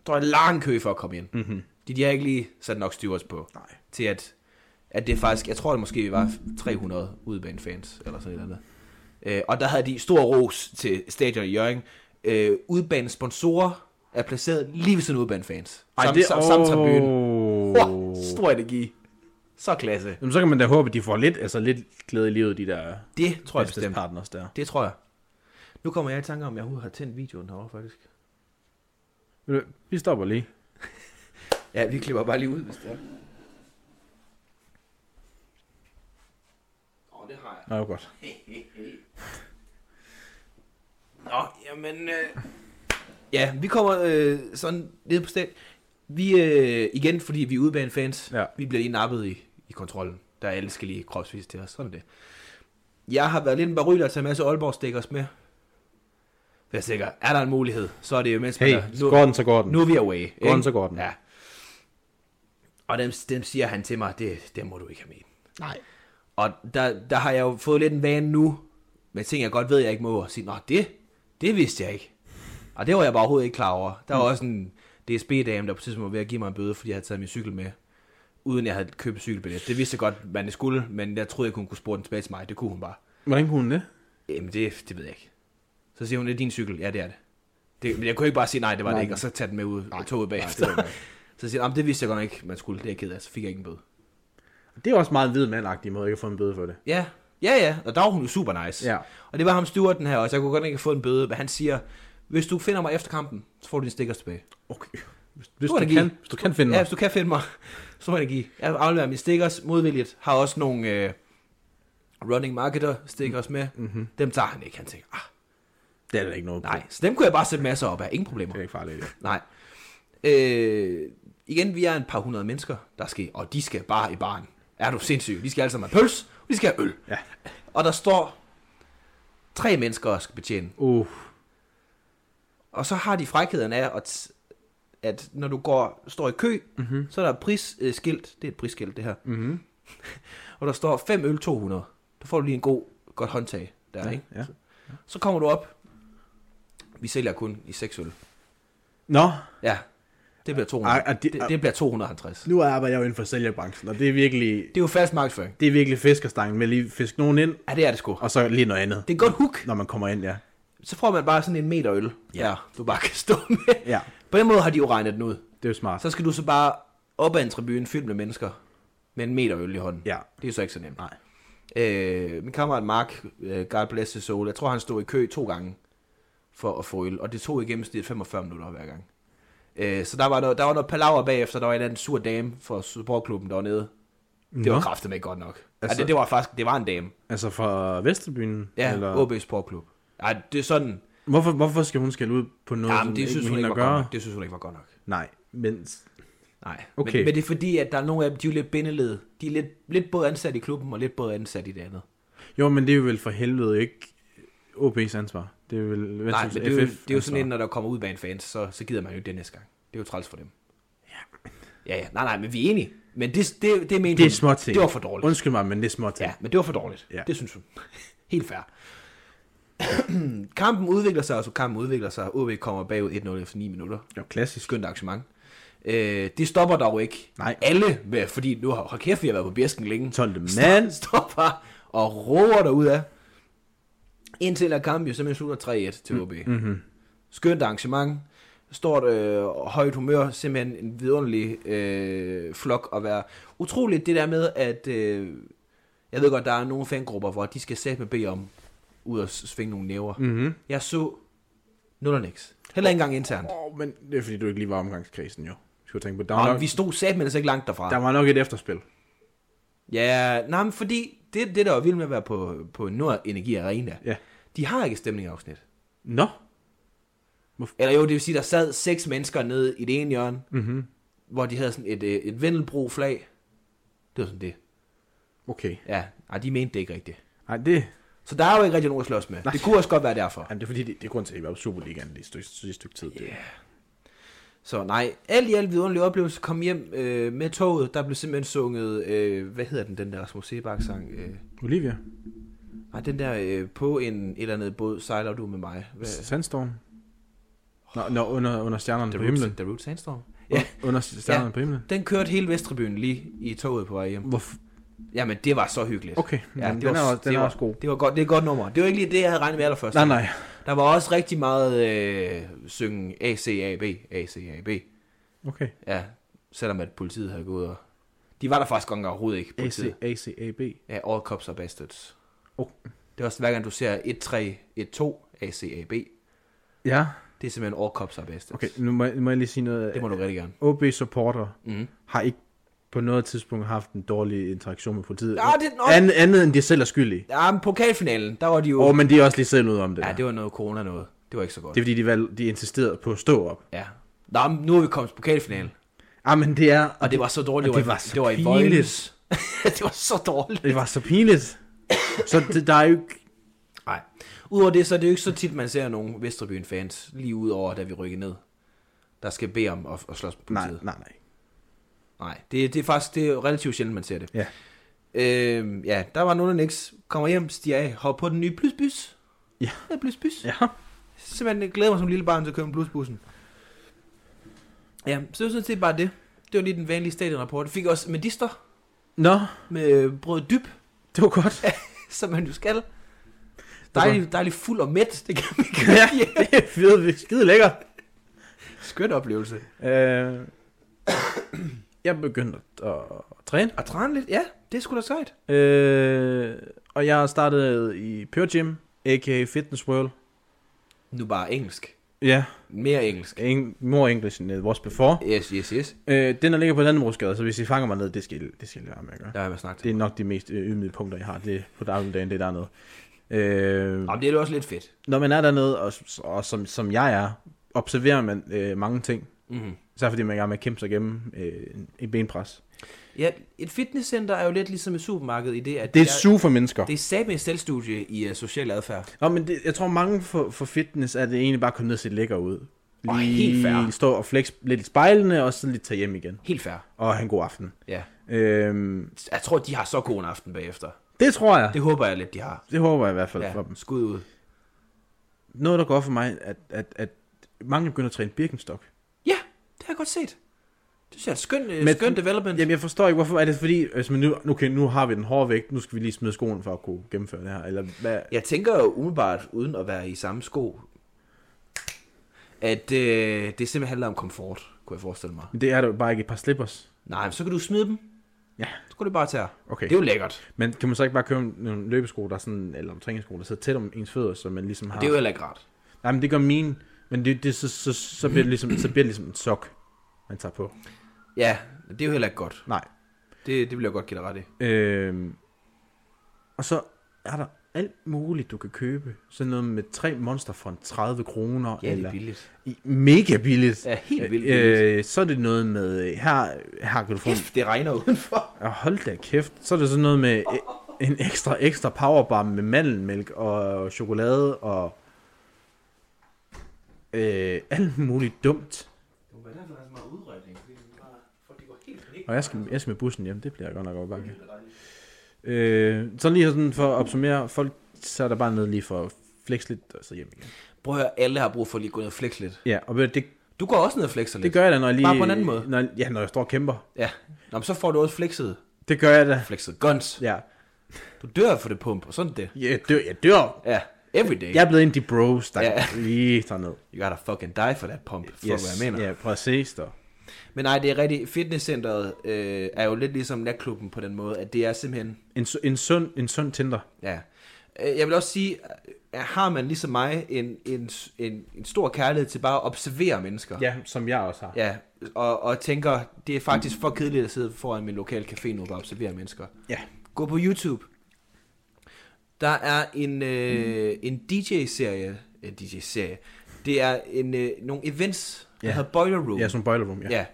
Der var en lang kø for at komme ind.
Mm-hmm.
De, de har ikke lige sat nok styrs på,
Nej.
til at, at det faktisk, jeg tror det måske var 300 udebanefans, eller sådan et eller andet. Øh, og der havde de stor ros til stadion i Jørgen. Øh, udebanens sponsorer er placeret lige ved siden af udebanefans. Samme- samme- samme tribune. Wow,
Oh.
stor energi. Så klasse.
Jamen, så kan man da håbe, at de får lidt, altså lidt glæde i livet, de der
Det tror jeg
bedste
bestemt.
partners der.
Det tror jeg. Nu kommer jeg i tanke om, at jeg overhovedet har tændt videoen herovre, faktisk.
Ved du hvad, Vi stopper lige.
Ja, vi klipper bare lige ud, hvis det er. Åh, det har jeg.
Nå, det var godt.
Nå, jamen... Øh... Ja, vi kommer øh, sådan ned på sted. Vi, øh, igen, fordi vi er udebanefans,
Ja.
vi bliver lige nappet i, i kontrollen. Der er alle skal lige kropsvis til os, sådan er det. Jeg har været lidt en baryl at tage en masse Aalborg-stikkers med. For Jeg er sikker, er der en mulighed, så er det jo mens man
Hey,
er, nu,
går den, så går den.
nu er vi away. ikke?
Går den, så går den.
Ja. Og dem, dem siger han til mig, det, det må du ikke have med.
Nej.
Og der, der har jeg jo fået lidt en vane nu, med ting, jeg godt ved, jeg ikke må, og sige, nå, det, det vidste jeg ikke. Og det var jeg bare overhovedet ikke klar over. Der var
Mm.
også en DSB-dame, der på et tidspunkt var ved at give mig en bøde, fordi jeg havde taget min cykel med, uden jeg havde købt cykelbillet. Det vidste jeg godt, hvad det skulle, men jeg troede, jeg kunne, kunne spore den tilbage til mig. Det kunne hun bare.
Hvordan kunne hun det?
Jamen, det, det ved jeg ikke. Så siger hun, det er din cykel. Ja, det er det. det men jeg kunne ikke bare sige, nej, det var det
Nej.
ikke, og så tage den med ud og toget bagefter.
det
Nej, det så siger hun, det vidste jeg godt nok ikke, man skulle. Det er jeg ked af, så fik jeg ikke en bøde.
Det er også meget hvid mandagtig måde, ikke at få en bøde for det.
Ja, ja, ja. Og der var hun jo super nice.
Ja.
Og det var ham Stuarten her også. Jeg kunne godt ikke have fået en bøde, men han siger, hvis du finder mig efter kampen, så får du din stickers tilbage.
Okay. Hvis, hvis,
Du er
du,
da
kan,
lige-
hvis du kan finde
Ja,
mig.
hvis du kan finde mig, så må jeg give. Jeg afleverer mine stickers modvilligt. Har også nogle øh, running marketer stickers med.
Mhm.
Mm-hmm. Dem tager han ikke. Han tænker, ah,
Det er der ikke noget
nej. Så dem kunne jeg bare sætte masser op af. Ingen problemer.
Det er ikke farligt. ja.
Nej. Øh, igen, vi er en par hundrede mennesker, der skal, og de skal bare i baren. Er du sindssyg? De skal alle sammen have pøls, og de skal have øl.
Ja.
Og der står tre mennesker, der skal betjene.
Uh,
Og så har de frækheden af, at, at når du går, står i kø, mm-hmm. så er der et prisskilt. Det er et prisskilt, det her.
Mhm.
og der står 5 øl 200. Der får du lige en god, godt håndtag der, ja. ikke?
ja.
Så kommer du op. Vi sælger kun i 6 øl.
Nå,
Ja, det bliver 200.
Ej, er
det,
det-
det, det bliver 250.
nu arbejder jeg jo inden for sælgerbranchen, og det er virkelig,
Det er jo fast markedsføring.
det er virkelig fiskerstangen med lige fisk nogen ind,
Ja, det er det sgu.
og så lige noget andet,
Det er et godt hook.
når man kommer ind, ja.
Så får man bare sådan en meter øl, ja. der, du bare kan stå med.
Ja,
På den måde har de jo regnet den ud.
det er jo smart.
Så skal du så bare op ad en tribune fyldt med mennesker med en meter øl i hånden.
Ja.
Det er jo så ikke så nemt.
Nej.
Øh, min kammerat Mark, øh, God bless his soul, jeg tror han stod i kø to gange for at få øl, og det tog i gennemsnit 45 minutter hver gang. Øh, så der var, noget, der var noget palaver bagefter, der var en eller anden sur dame fra supportklubben dernede. Det var
Nå.
kraftigt med godt nok. Altså,
Altså-
ja, det, det, var faktisk, det var en dame.
Altså fra Vesterbyen?
Ja,
eller...
Eller... OB Sportklub. Ej, det er sådan,
Hvorfor, hvorfor skal hun skælde ud på noget,
Jamen, det
som
synes
ikke
hun
hun
ikke
at
var godt
gøre?
nok. Det synes hun ikke var godt nok.
Nej, men
Nej. Men,
Okay.
men det er fordi, at der er nogle af dem, de er jo lidt bindeled. De er lidt, lidt både ansat i klubben, og lidt både ansat i det andet.
jo, men det er jo vel for helvede ikke OB's ansvar. Det er vel
Nej,
Vestjyllands
men det er, jo,
FF
det er jo sådan
ansvar.
en, når der kommer ud bag en fans, så, så gider man jo det næste gang. Det er jo træls for dem. Ja, ja. Nej, nej, men vi er enige. Men det, det, det mente
Det er
hun.
små ting.
Det var for dårligt.
Undskyld mig, men det er små ting.
Ja, men det var for dårligt.
Ja.
Det synes hun. Helt fair. kampen udvikler sig, og så kampen udvikler sig. OB kommer bagud 1-0 efter 9 minutter.
Jo, klassisk.
Skønt arrangement. Øh, det stopper dog ikke.
Nej.
Alle, med- fordi nu har hold kæft, vi har været på bjæsken længe.
12.
Man
mand.
stopper og roer derud af. Indtil at kampen jo simpelthen slutter 3-1 til OB.
Mm-hmm.
Skønt arrangement. Stort øh, højt humør. Simpelthen en vidunderlig øh, flok at være. Utroligt det der med, at... Øh, jeg ved godt, der er nogle fangrupper, hvor de skal sætte med bede om ud og s- svinge nogle næver. Mm.
Mm-hmm.
Jeg så nul og niks. Heller ikke engang internt.
Oh, men det er fordi, du ikke lige var omgangskredsen, jo. Du Skal tænke på, der var,
Og
nok,
vi stod sat med altså ikke langt derfra.
der var nok et efterspil.
Ja, nej, men fordi det, det der er vildt med at være på, på Nord Energi Arena,
Ja.
de har ikke et stemningafsnit.
Nå.
Eller jo, det vil sige, der sad seks mennesker nede i det ene hjørne,
Mm-hmm.
hvor de havde sådan et, øh, et vendelbro flag. Det var sådan det.
Okay.
Ja, nej, de mente det ikke rigtigt.
Nej, det,
Så der er jo ikke rigtig nogen at slås med.
Nej.
Det kunne også godt være derfor.
jamen, det er fordi, det, det er grund til, at vi var på Superligaen lige et stykke, lige et stykke tid. Det. Yeah.
Så nej, alt i alt vidunderlig oplevelse. Kom hjem øh, med toget, der blev simpelthen sunget, øh, hvad hedder den, den der Rasmus Sebak-sang? Øh,
Olivia,
nej, den der øh, på en et eller andet båd, sejler du med mig. Hvad?
Sandstorm. Nå, nå under, under stjernerne på himlen.
The Root Sandstorm.
Ja. Under stjernerne ja. på himlen.
Den kørte hele Vesttribunen lige i toget på vej hjem.
Hvorfor?
Jamen, det var så hyggeligt.
Okay,
Ja,
ja,
det
den,
var-
er, også- den
det
er
var-
også god.
Det var godt, det er et godt nummer. Det var ikke lige det, jeg havde regnet med allerførst.
Nej, nej.
Der var også rigtig meget øh, synge ACAB, ACAB.
Okay.
Ja, selvom at politiet havde gået og... De var der faktisk godt nok overhovedet ikke,
AC,
politiet.
ACAB.
Ja, All Cops are Bastards.
Oh.
Det er også hver gang, du ser 1-3-1-2 ACAB.
Ja.
Det er simpelthen All Cops are Bastards.
Okay, nu må, jeg- nu må jeg lige sige noget.
Det må du rigtig gerne.
OB-supporter
Mm.
har ikke på noget tidspunkt haft en dårlig interaktion med politiet.
Ja, det er nok...
andet, andet end de selv er skyldige.
Ja, men pokalfinalen, der var de jo...
Åh, oh, men de er også lige selv ude om det.
ja,
Ja, det,
det var noget corona noget. Det var ikke så godt.
det er fordi, de, valg, de insisterede på at stå op.
Ja. Nå, men nu er vi kommet til pokalfinalen.
Ah, men det er...
Og det var så dårligt.
Og det var så
det var i
pinligt.
Vojens. det var så dårligt.
det var så pinligt. så det, der er jo ikke...
Nej. Udover det, så er det jo ikke så tit, man ser nogen Vesterbyen fans lige ud over, da vi rykker ned. Der skal bede om at, at slås på
Nej,
politiet.
nej, nej.
Nej. Det, det er faktisk det er relativt sjældent, man ser det.
Ja.
Øhm, ja, der var nogen, der niks. Kommer hjem, stiger af, hopper på den nye plusbus.
Ja.
Ja, plusbus.
Ja.
Simpelthen jeg glæder mig som lille barn til at køre med plusbussen. Ja, så det var sådan set bare det. Det var lige den vanlige stadionrapport. Fik også medister
Nå,
med øh, brød dyb.
det var godt.
som man jo skal. Dejlig, dejlig fuld og mæt, det kan man ikke.
ja,
Ja.
det er fedt, skide lækkert.
Skøn oplevelse.
Øh, jeg begyndte at, at træne.
Og træne lidt, ja, det skulle da sejt.
Øh, og jeg startede i Pure Gym, a.k.a. Fitness World.
Nu bare engelsk.
Ja,
Mere engelsk.
en, more English end it was before.
Yes, yes, yes.
Øh, den, der ligger på Landbrugsgade, så hvis I fanger mig ned, det skal, I- det skal jeg lade være med at gøre.
Der er jeg snakket.
Det er nok de mest øh, ydmyge punkter, jeg har det er på dagligdagen, det er dernede. Øh,
Jamen, det er jo også lidt fedt.
når man er dernede, og, og som, som jeg er, observerer man øh, mange ting.
Mm-hmm.
Især fordi man gerne vil kæmpe sig igennem øh, en- en benpres.
Ja, et fitnesscenter er jo lidt ligesom et supermarked i det, at
Det er et
jeg-
suge for mennesker.
det er satme et selvstudie i uh, social adfærd.
Nå, men det, jeg tror mange for, for fitness er det egentlig bare at komme ned og se lækker ud.
Og helt fair.
stå og flex lidt i spejlene, og så lidt tage hjem igen.
Helt fair.
Og have en god aften.
Ja.
Øhm,
Jeg tror, de har så god en aften bagefter.
det tror jeg. Det,
Det håber jeg lidt, de har.
det håber jeg i hvert fald ja. for
Ja,
dem.
skud ud.
Noget, der går op for mig, at, at, at mange begynder at træne Birkenstock.
Ja, det har jeg godt set. Det synes jeg er et skøn, øh,
Men-
skøn development.
Jamen, jeg forstår ikke, hvorfor er det fordi, altså, men nu, okay, nu har vi den hårde vægt, nu skal vi lige smide skoen for at kunne gennemføre det her, eller hvad?
Jeg tænker jo umiddelbart, uden at være i samme sko, at øh, det simpelthen handler om komfort, kunne jeg forestille mig.
Men det er der jo bare ikke et par slippers.
Nej, men så kan du smide dem.
Ja.
Så kan du bare tage.
Okay.
Det er jo lækkert.
Men kan man så ikke bare købe nogle løbesko, der er sådan, eller træningssko, der sidder tæt om ens fødder, så man ligesom har...
Det er jo heller ikke rart.
Nej, men det gør mine, men det, det, så, så, så, bliver det ligesom, så bliver det ligesom en sok, man tager på.
Ja, det er jo heller ikke godt.
Nej.
Det, det vil jeg godt give dig ret i.
Øhm, og så er der alt muligt, du kan købe. Sådan noget med tre monster for en 30 kroner.
Ja, det
eller
er billigt.
i- mega billigt.
Ja, helt vildt billigt.
Øh, så er det noget med, øh, her, her kan du få en
Kæft, det regner udenfor.
Og hold da kæft, så er det sådan noget med e- en ekstra, ekstra powerbar med mandelmælk og chokolade og øh, alt muligt dumt. Og jeg skal, jeg skal med bussen hjem, det bliver jeg godt nok overbakke. Øh, så lige sådan for at opsummere, folk sætter bare ned lige for at flex lidt og så hjem igen.
Prøv at høre, alle har brug for lige at gå ned og flex lidt.
Ja, og ved du, det,
Du går også ned og flexer lidt.
det gør jeg da, når jeg lige...
Bare på en anden måde.
Når, ja, når jeg står og kæmper.
Ja. Nå, men så får du også flexet,
Det gør jeg da.
flexet guns.
Ja.
Du dør for det pump, og sådan er det.
Jeg dør, jeg dør.
Ja, every day.
Jeg er blevet en af de bros, der
Ja.
ja. lige tager ned.
You gotta fucking die for that pump, for yes, hvad jeg mener.
Ja, præcis der.
Men nej, det er rigtigt. Fitnesscenteret øh, er jo lidt ligesom natklubben på den måde, at det er simpelthen...
En, su- en, sund, en sund Tinder.
Ja. Øh, Jeg vil også sige, at har man ligesom mig en, en, en, en stor kærlighed til bare at observere mennesker,
Ja, som jeg også har. Ja.
ja og, og tænker, det er faktisk for kedeligt at sidde foran min lokale café nu og bare observere mennesker.
ja.
Gå på YouTube. Der er en, øh, en DJ-serie. En DJ-serie. Det er en, øh, nogle events, der
Ja.
hedder Boiler Room.
Ja, som boiler room, ja.
Ja.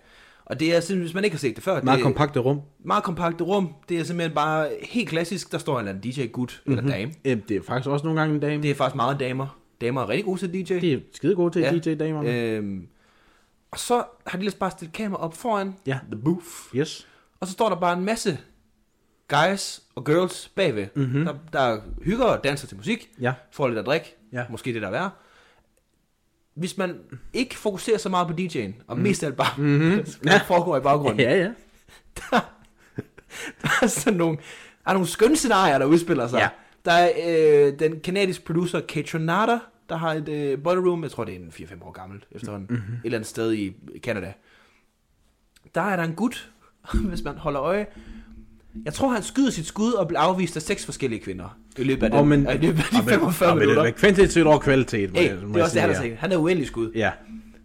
Og det er simpelthen, hvis man ikke har set det før,
Meget
det
kompakte rum.
meget kompakte rum. Det er simpelthen bare helt klassisk. Der står en eller anden DJ-gut mm-hmm. eller dame.
Øh, Det er faktisk også nogle gange en dame.
Det er faktisk meget damer. Damer er rigtig gode til DJ.
De er skide gode til
Ja.
ja. DJ-damerne. Øh.
Øhm, og så har de lige bare stillet kamera op foran
Ja.
The Booth.
Yes.
Og så står der bare en masse guys og girls bagved,
Mhm.
mm-hmm. der, der hygger og danser til musik,
Ja.
får lidt at drikke,
Ja.
måske det der er værre. Hvis man ikke fokuserer så meget på DJ'en, og mm. mest af alt bare, mm-hmm. hvad der foregår i baggrunden,
Ja, ja.
der er sådan nogle, der er nogle skønne scenarier, der udspiller sig. Ja.
Ja.
Der er øh, den kanadiske producer Ketronada, der har et øh, boiler room, jeg tror det er en 4-5 år gammelt efterhånden, mm-hmm. et eller andet sted i Canada. Der er der en gut, hvis man holder øje. Jeg tror, han skyder sit skud og bliver afvist af seks forskellige kvinder i løbet af, den,
Åh, men-
i løbet af de
Og men-
45
og men
minutter.
Det er kvantitet over kvalitet, må
Hey,
jeg- må
det er
jeg
også det,
sige,
han har
ja.
sagt. Han er uendelig skud.
Ja.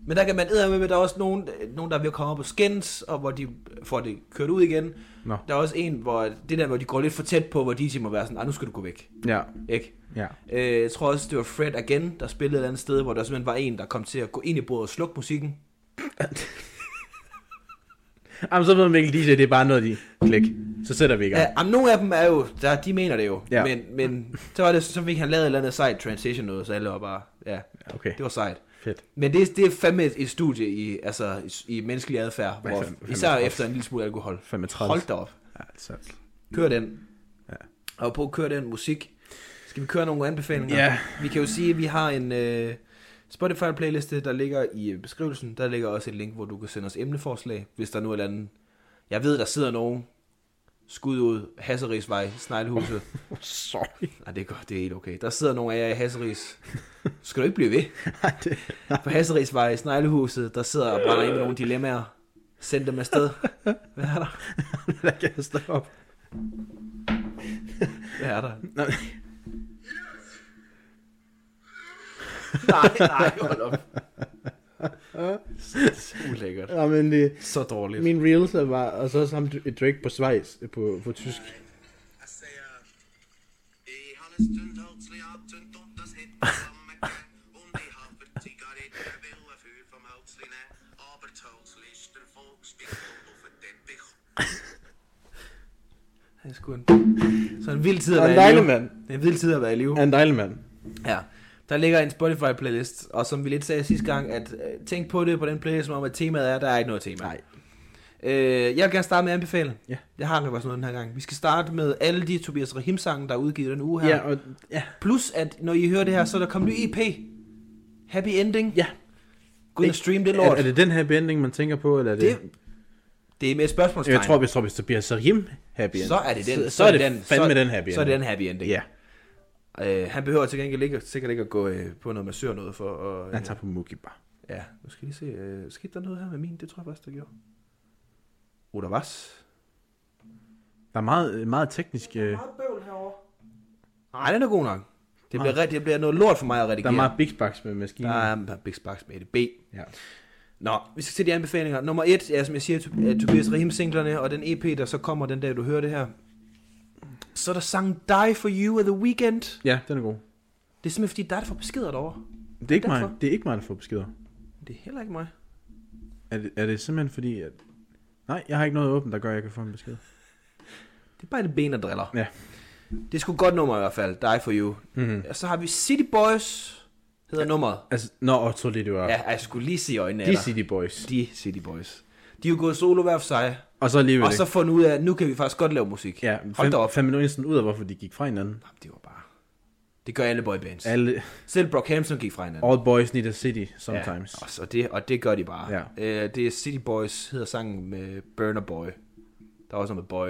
Men der kan man eddermame, med, der er også nogen, nogen der er ved at komme op på skins, og hvor de får det kørt ud igen.
Nå.
Der er også en, hvor det der, hvor de går lidt for tæt på, hvor DJ må være sådan, "Ah, nu skal du gå væk.
Ja.
Ikke?
Ja.
Øh, jeg tror også, det var Fred igen, der spillede et eller andet sted, hvor der simpelthen var en, der kom til at gå ind i bordet og slukke musikken.
Jamen, så ved man ikke, DJ, det er bare noget, de klik. Så sætter vi i gang.
Ja. Ja, nogle af dem er jo, der, de mener det jo,
Ja.
men, men så var det, så fik han lavet et eller andet sejt transition noget, så alle var bare, ja,
Okay,
det var sejt.
fedt.
Men det, er- det er fandme et, et studie i, altså, i, i menneskelig adfærd,
Ja,
hvor,
fandme- fandme
især
træls.
efter en lille smule alkohol.
Fem og
Hold da op.
Ja, så.
Kør den. Ja. Og på at køre den musik. Skal vi køre nogle anbefalinger?
Ja.
Vi kan jo sige, at vi har en øh, Spotify-playliste, der ligger i øh, beskrivelsen. Der ligger også et link, hvor du kan sende os emneforslag, hvis der nu er et eller andet. Jeg ved, der sidder nogen. Skud ud, Hasserisvej, Sneglhuset.
Sorry.
Nej, det er godt, det er helt okay. Der sidder nogle af jer i Hasseris. Skal du ikke blive ved? På Hasserisvej, Sneglehuset, der sidder og brænder ind med nogle dilemmaer. Send dem afsted. Hvad er der?
Der kan jeg stå op.
Hvad er der?
Nå,
nej, nej, hold op. Ulækkert.
ja, men det,
Så dårligt.
min reels er bare, og så sammen Drake på Schweiz, på, på tysk.
Altså, øh, jeg har lysten til at tønt op det sæt som jeg kan. Om de har for cigaret, jeg vil have fyr for mødslene. Aber tøjslister folk spikker og for det bich.
Det er sgu en... Så en vild tid at
Han
være i
er en dejlig
live.
mand.
Det er en vild tid at være i live.
Han er en dejlig mand.
Ja. Der ligger en Spotify-playlist, og som vi lidt sagde sidste gang, at øh, tænk på det på den playlist, som om at temaet er, der er ikke noget tema.
Nej.
Øh, jeg vil gerne starte med at anbefale.
Ja.
Jeg har nok også noget den her gang. Vi skal starte med alle de Tobias Rahim-sange, der er udgivet den uge her.
Ja, og, ja,
Plus, at når I hører det her, så er der kommet ny EP. Happy Ending.
ja.
Gå ind og stream det
Er,
lort.
er, det den her bending, man tænker på, eller er det...
det, det er med et spørgsmålstegn.
jeg tror, hvis hvis det bliver Sarim happy end.
Så er det den.
Så, så er det
den,
fandme
så,
den happy end.
Så er det den happy ending.
Ja,
Øh, han behøver til gengæld ikke, sikkert ikke at gå øh, på noget massør noget for at... Øh,
han tager på Mookie bare.
ja, nu skal jeg lige se. Øh, skete der noget her med min? Det tror jeg faktisk, der gjorde. Oh, der var... s-
Der er meget, meget teknisk... Øh,
Nej, den er god nok. Det bliver, ret- det bliver noget lort for mig at
Ah. der
redigere. Ah,
er meget big bucks med maskinen.
der er en par big sparks med EDB.
Ja.
Nå, vi skal til de anbefalinger. Nummer et, ja, som jeg siger, Tob- er Tobias Rahim singlerne og den EP, der så kommer den dag, du hører det her. Så er der sangen Die For You af The Weeknd.
ja, den er god.
Det er simpelthen fordi, der er det for beskeder derovre.
Det er ikke, mig,
Derfor?
det er ikke mig, der får beskeder.
Det er heller ikke mig.
Er det, er det simpelthen fordi, at... Nej, jeg har ikke noget åbent, der gør, at jeg kan få en besked.
Det er bare det ben, der driller.
Ja.
Det er sgu et godt nummer i hvert fald, Die For You.
Mm-hmm.
Og så har vi City Boys, hedder ja. nummeret.
Altså, nå, og så lidt jo.
Ja, jeg skulle lige se i øjnene af
De
dig.
City Boys.
De City Boys. De er jo gået solo hver for sig,
Og så alligevel
og så fundet ud af, at nu kan vi faktisk godt lave musik.
Ja,
Hold da op.
fandt man nu instant ud af, hvorfor de gik fra hinanden.
Jamen, Det var bare... Det gør alle boybands. Alle.
Alle,
Selv Brockhampton gik fra hinanden.
all boys need a city sometimes.
Ja, og, så det, og det gør de bare.
Ja.
Øh, det er City Boys, hedder sangen med Burner Boy. Der er også noget med Boy.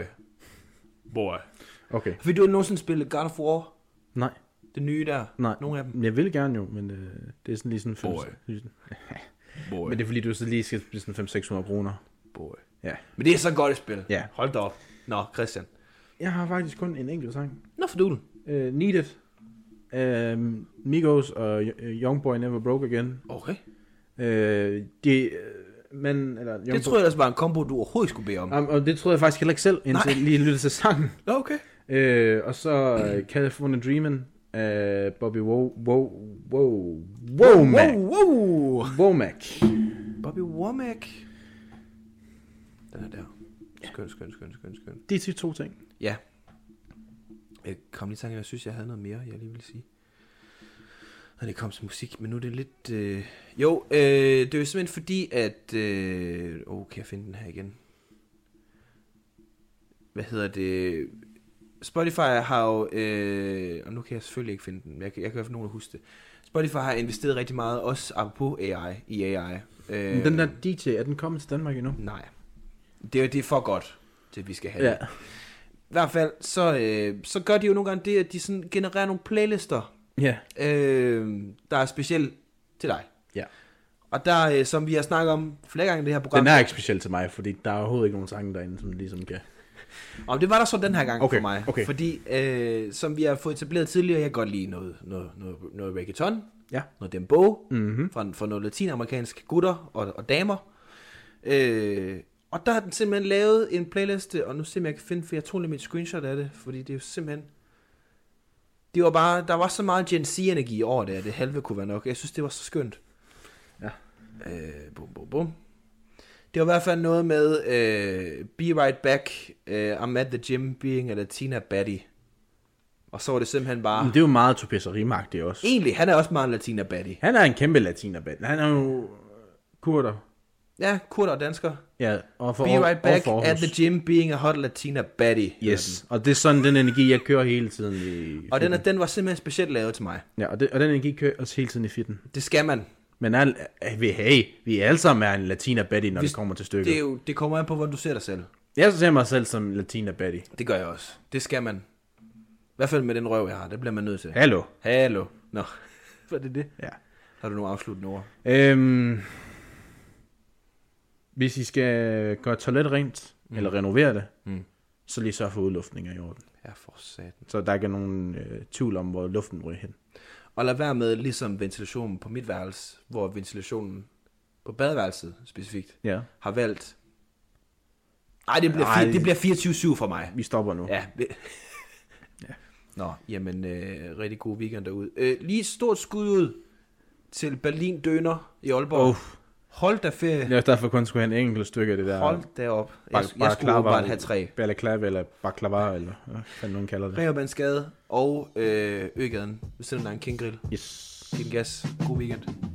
Boy.
Okay.
Vil du nogensinde spille God of War?
Nej,
Det nye der?
nej.
Nogle af dem?
Men Jeg vil gerne jo, men øh, det er sådan lige sådan... Fem,
Boy. Boy.
men det er fordi, du så lige skal spille sådan 500-600 kroner.
Boy.
Ja.
Men det er så godt et spil.
Ja.
Hold da op. Nå, Christian.
Jeg har faktisk kun en enkelt sang.
Nå for dulen.
Uh, Need It. Uh, Migos og uh, Youngboy Never Broke Again.
Okay.
Uh, de, uh, men, eller Youngboy.
Det tror jeg ellers var en kombo, du overhovedet skulle bede om.
Um, og det troede jeg faktisk heller ikke selv, indtil
Nej.
jeg lige lyttede til sangen.
Nå, okay.
Øh, og så øh, California Dreamin' af Bobby Wo... Wo... Wo...
Wow,
Womack.
wow.
Womack.
Bobby Womack. Den er der. Skøn, skøn, skøn, skøn, skøn.
Det er de to ting.
Ja. Jeg kom lige i tanke, jeg synes, jeg havde noget mere, jeg lige ville sige. Når det kom til musik, men nu er det lidt... Øh... Jo, øh, det er jo simpelthen fordi, at... Øh... Oh, kan jeg finde den her igen? Hvad hedder det? Spotify har jo... Øh... Og nu kan jeg selvfølgelig ikke finde den, men jeg kan, jeg kan i hvert fald nogen, der huske det. Spotify har investeret rigtig meget, også apropos AI, i AI.
Øh. Den der DJ, er den kommet til Danmark endnu?
Nej. Det, er- det er for godt, til at vi skal have det. I hvert fald, så, øh, så gør de jo nogle gange det, at de sådan genererer nogle playlister,
Ja.
øh, der er specielt til dig.
Ja.
Og der, øh, som vi har snakket om flere gange i det her program,
Den er ikke speciel til mig, fordi der er overhovedet ikke nogen sange derinde, som ligesom kan...
og det var der så den her gang
Okay,
for mig.
okay.
Fordi, øh, som vi har fået etableret tidligere, jeg kan godt lide noget, noget, noget, noget reggaeton,
Ja.
noget dembow,
Mhm.
fra, fra noget latinamerikansk gutter og, og damer. Øh, og der har den simpelthen lavet en playliste, og nu ser jeg, om jeg kan finde, for jeg tog lige mit screenshot af det, fordi det er jo simpelthen... Det var bare, der var så meget Gen Z-energi over det, at det halve kunne være nok. Jeg synes, det var så skønt.
Ja.
Øh, bum, bum, bum. Det var i hvert fald noget med øh, Be Right Back, øh, I'm at the gym being a Latina baddie. Og så var det simpelthen bare...
Men det er jo meget Tobias Rimagtigt også.
Egentlig, han er også meget en Latina baddie.
Han er en kæmpe latinerband. Han er jo øh, kurder.
Ja, kurder og dansker.
Ja, og for,
Be right back
og for
at the gym being a hot Latina baddie. hedder
Yes, og det er sådan den energi, jeg kører hele tiden i
Den. Og den, er, den var simpelthen specielt lavet til mig.
Ja, og, det, og den energi kører også hele tiden i fitten.
Det skal man.
Men al, øh, vi, hey, vi alle sammen er en latina baddie, når
Hvis-
det kommer til
Det,
stykket.
er jo, det kommer an på, hvordan du ser dig selv.
Jeg ser mig selv som latina baddie.
Det gør jeg også. Det skal man. I hvert fald med den røv, jeg har. Det bliver man nødt til.
Hallo.
Hallo. Nå. Hvad er det det?
Ja.
Har du nogle afsluttende ord?
Øhm, hvis I skal gøre toilet rent, mm. eller renovere det,
Mm.
mm. så lige sørg for udluftninger i orden.
Ja, for satan.
Så der ikke er nogen øh, tvivl om, hvor luften ryger hen.
Og lad være med, ligesom ventilationen på mit værelse, hvor ventilationen på badeværelset specifikt
Ja.
har valgt... Ej, det bliver,
Ej.
fi- det bliver 24-7 for mig.
Vi stopper nu.
Ja. ja. Nå, jamen, øh, rigtig god weekend derude. Øh, lige et stort skud ud til Berlin Døner i Aalborg.
Oh.
Oh. Hold da ferie.
Jeg er også derfor kun skulle have en enkelt stykke af det der.
Hold da op. Jeg,
bak-
jeg skulle
baklava-
jo bare have tre.
Balaklava eller baklava, eller hvad fanden nogen kalder det.
Rehobandsgade og øh, Øgaden. Ved siden af der er en King Grill.
Yes.
Giv den gas. God weekend.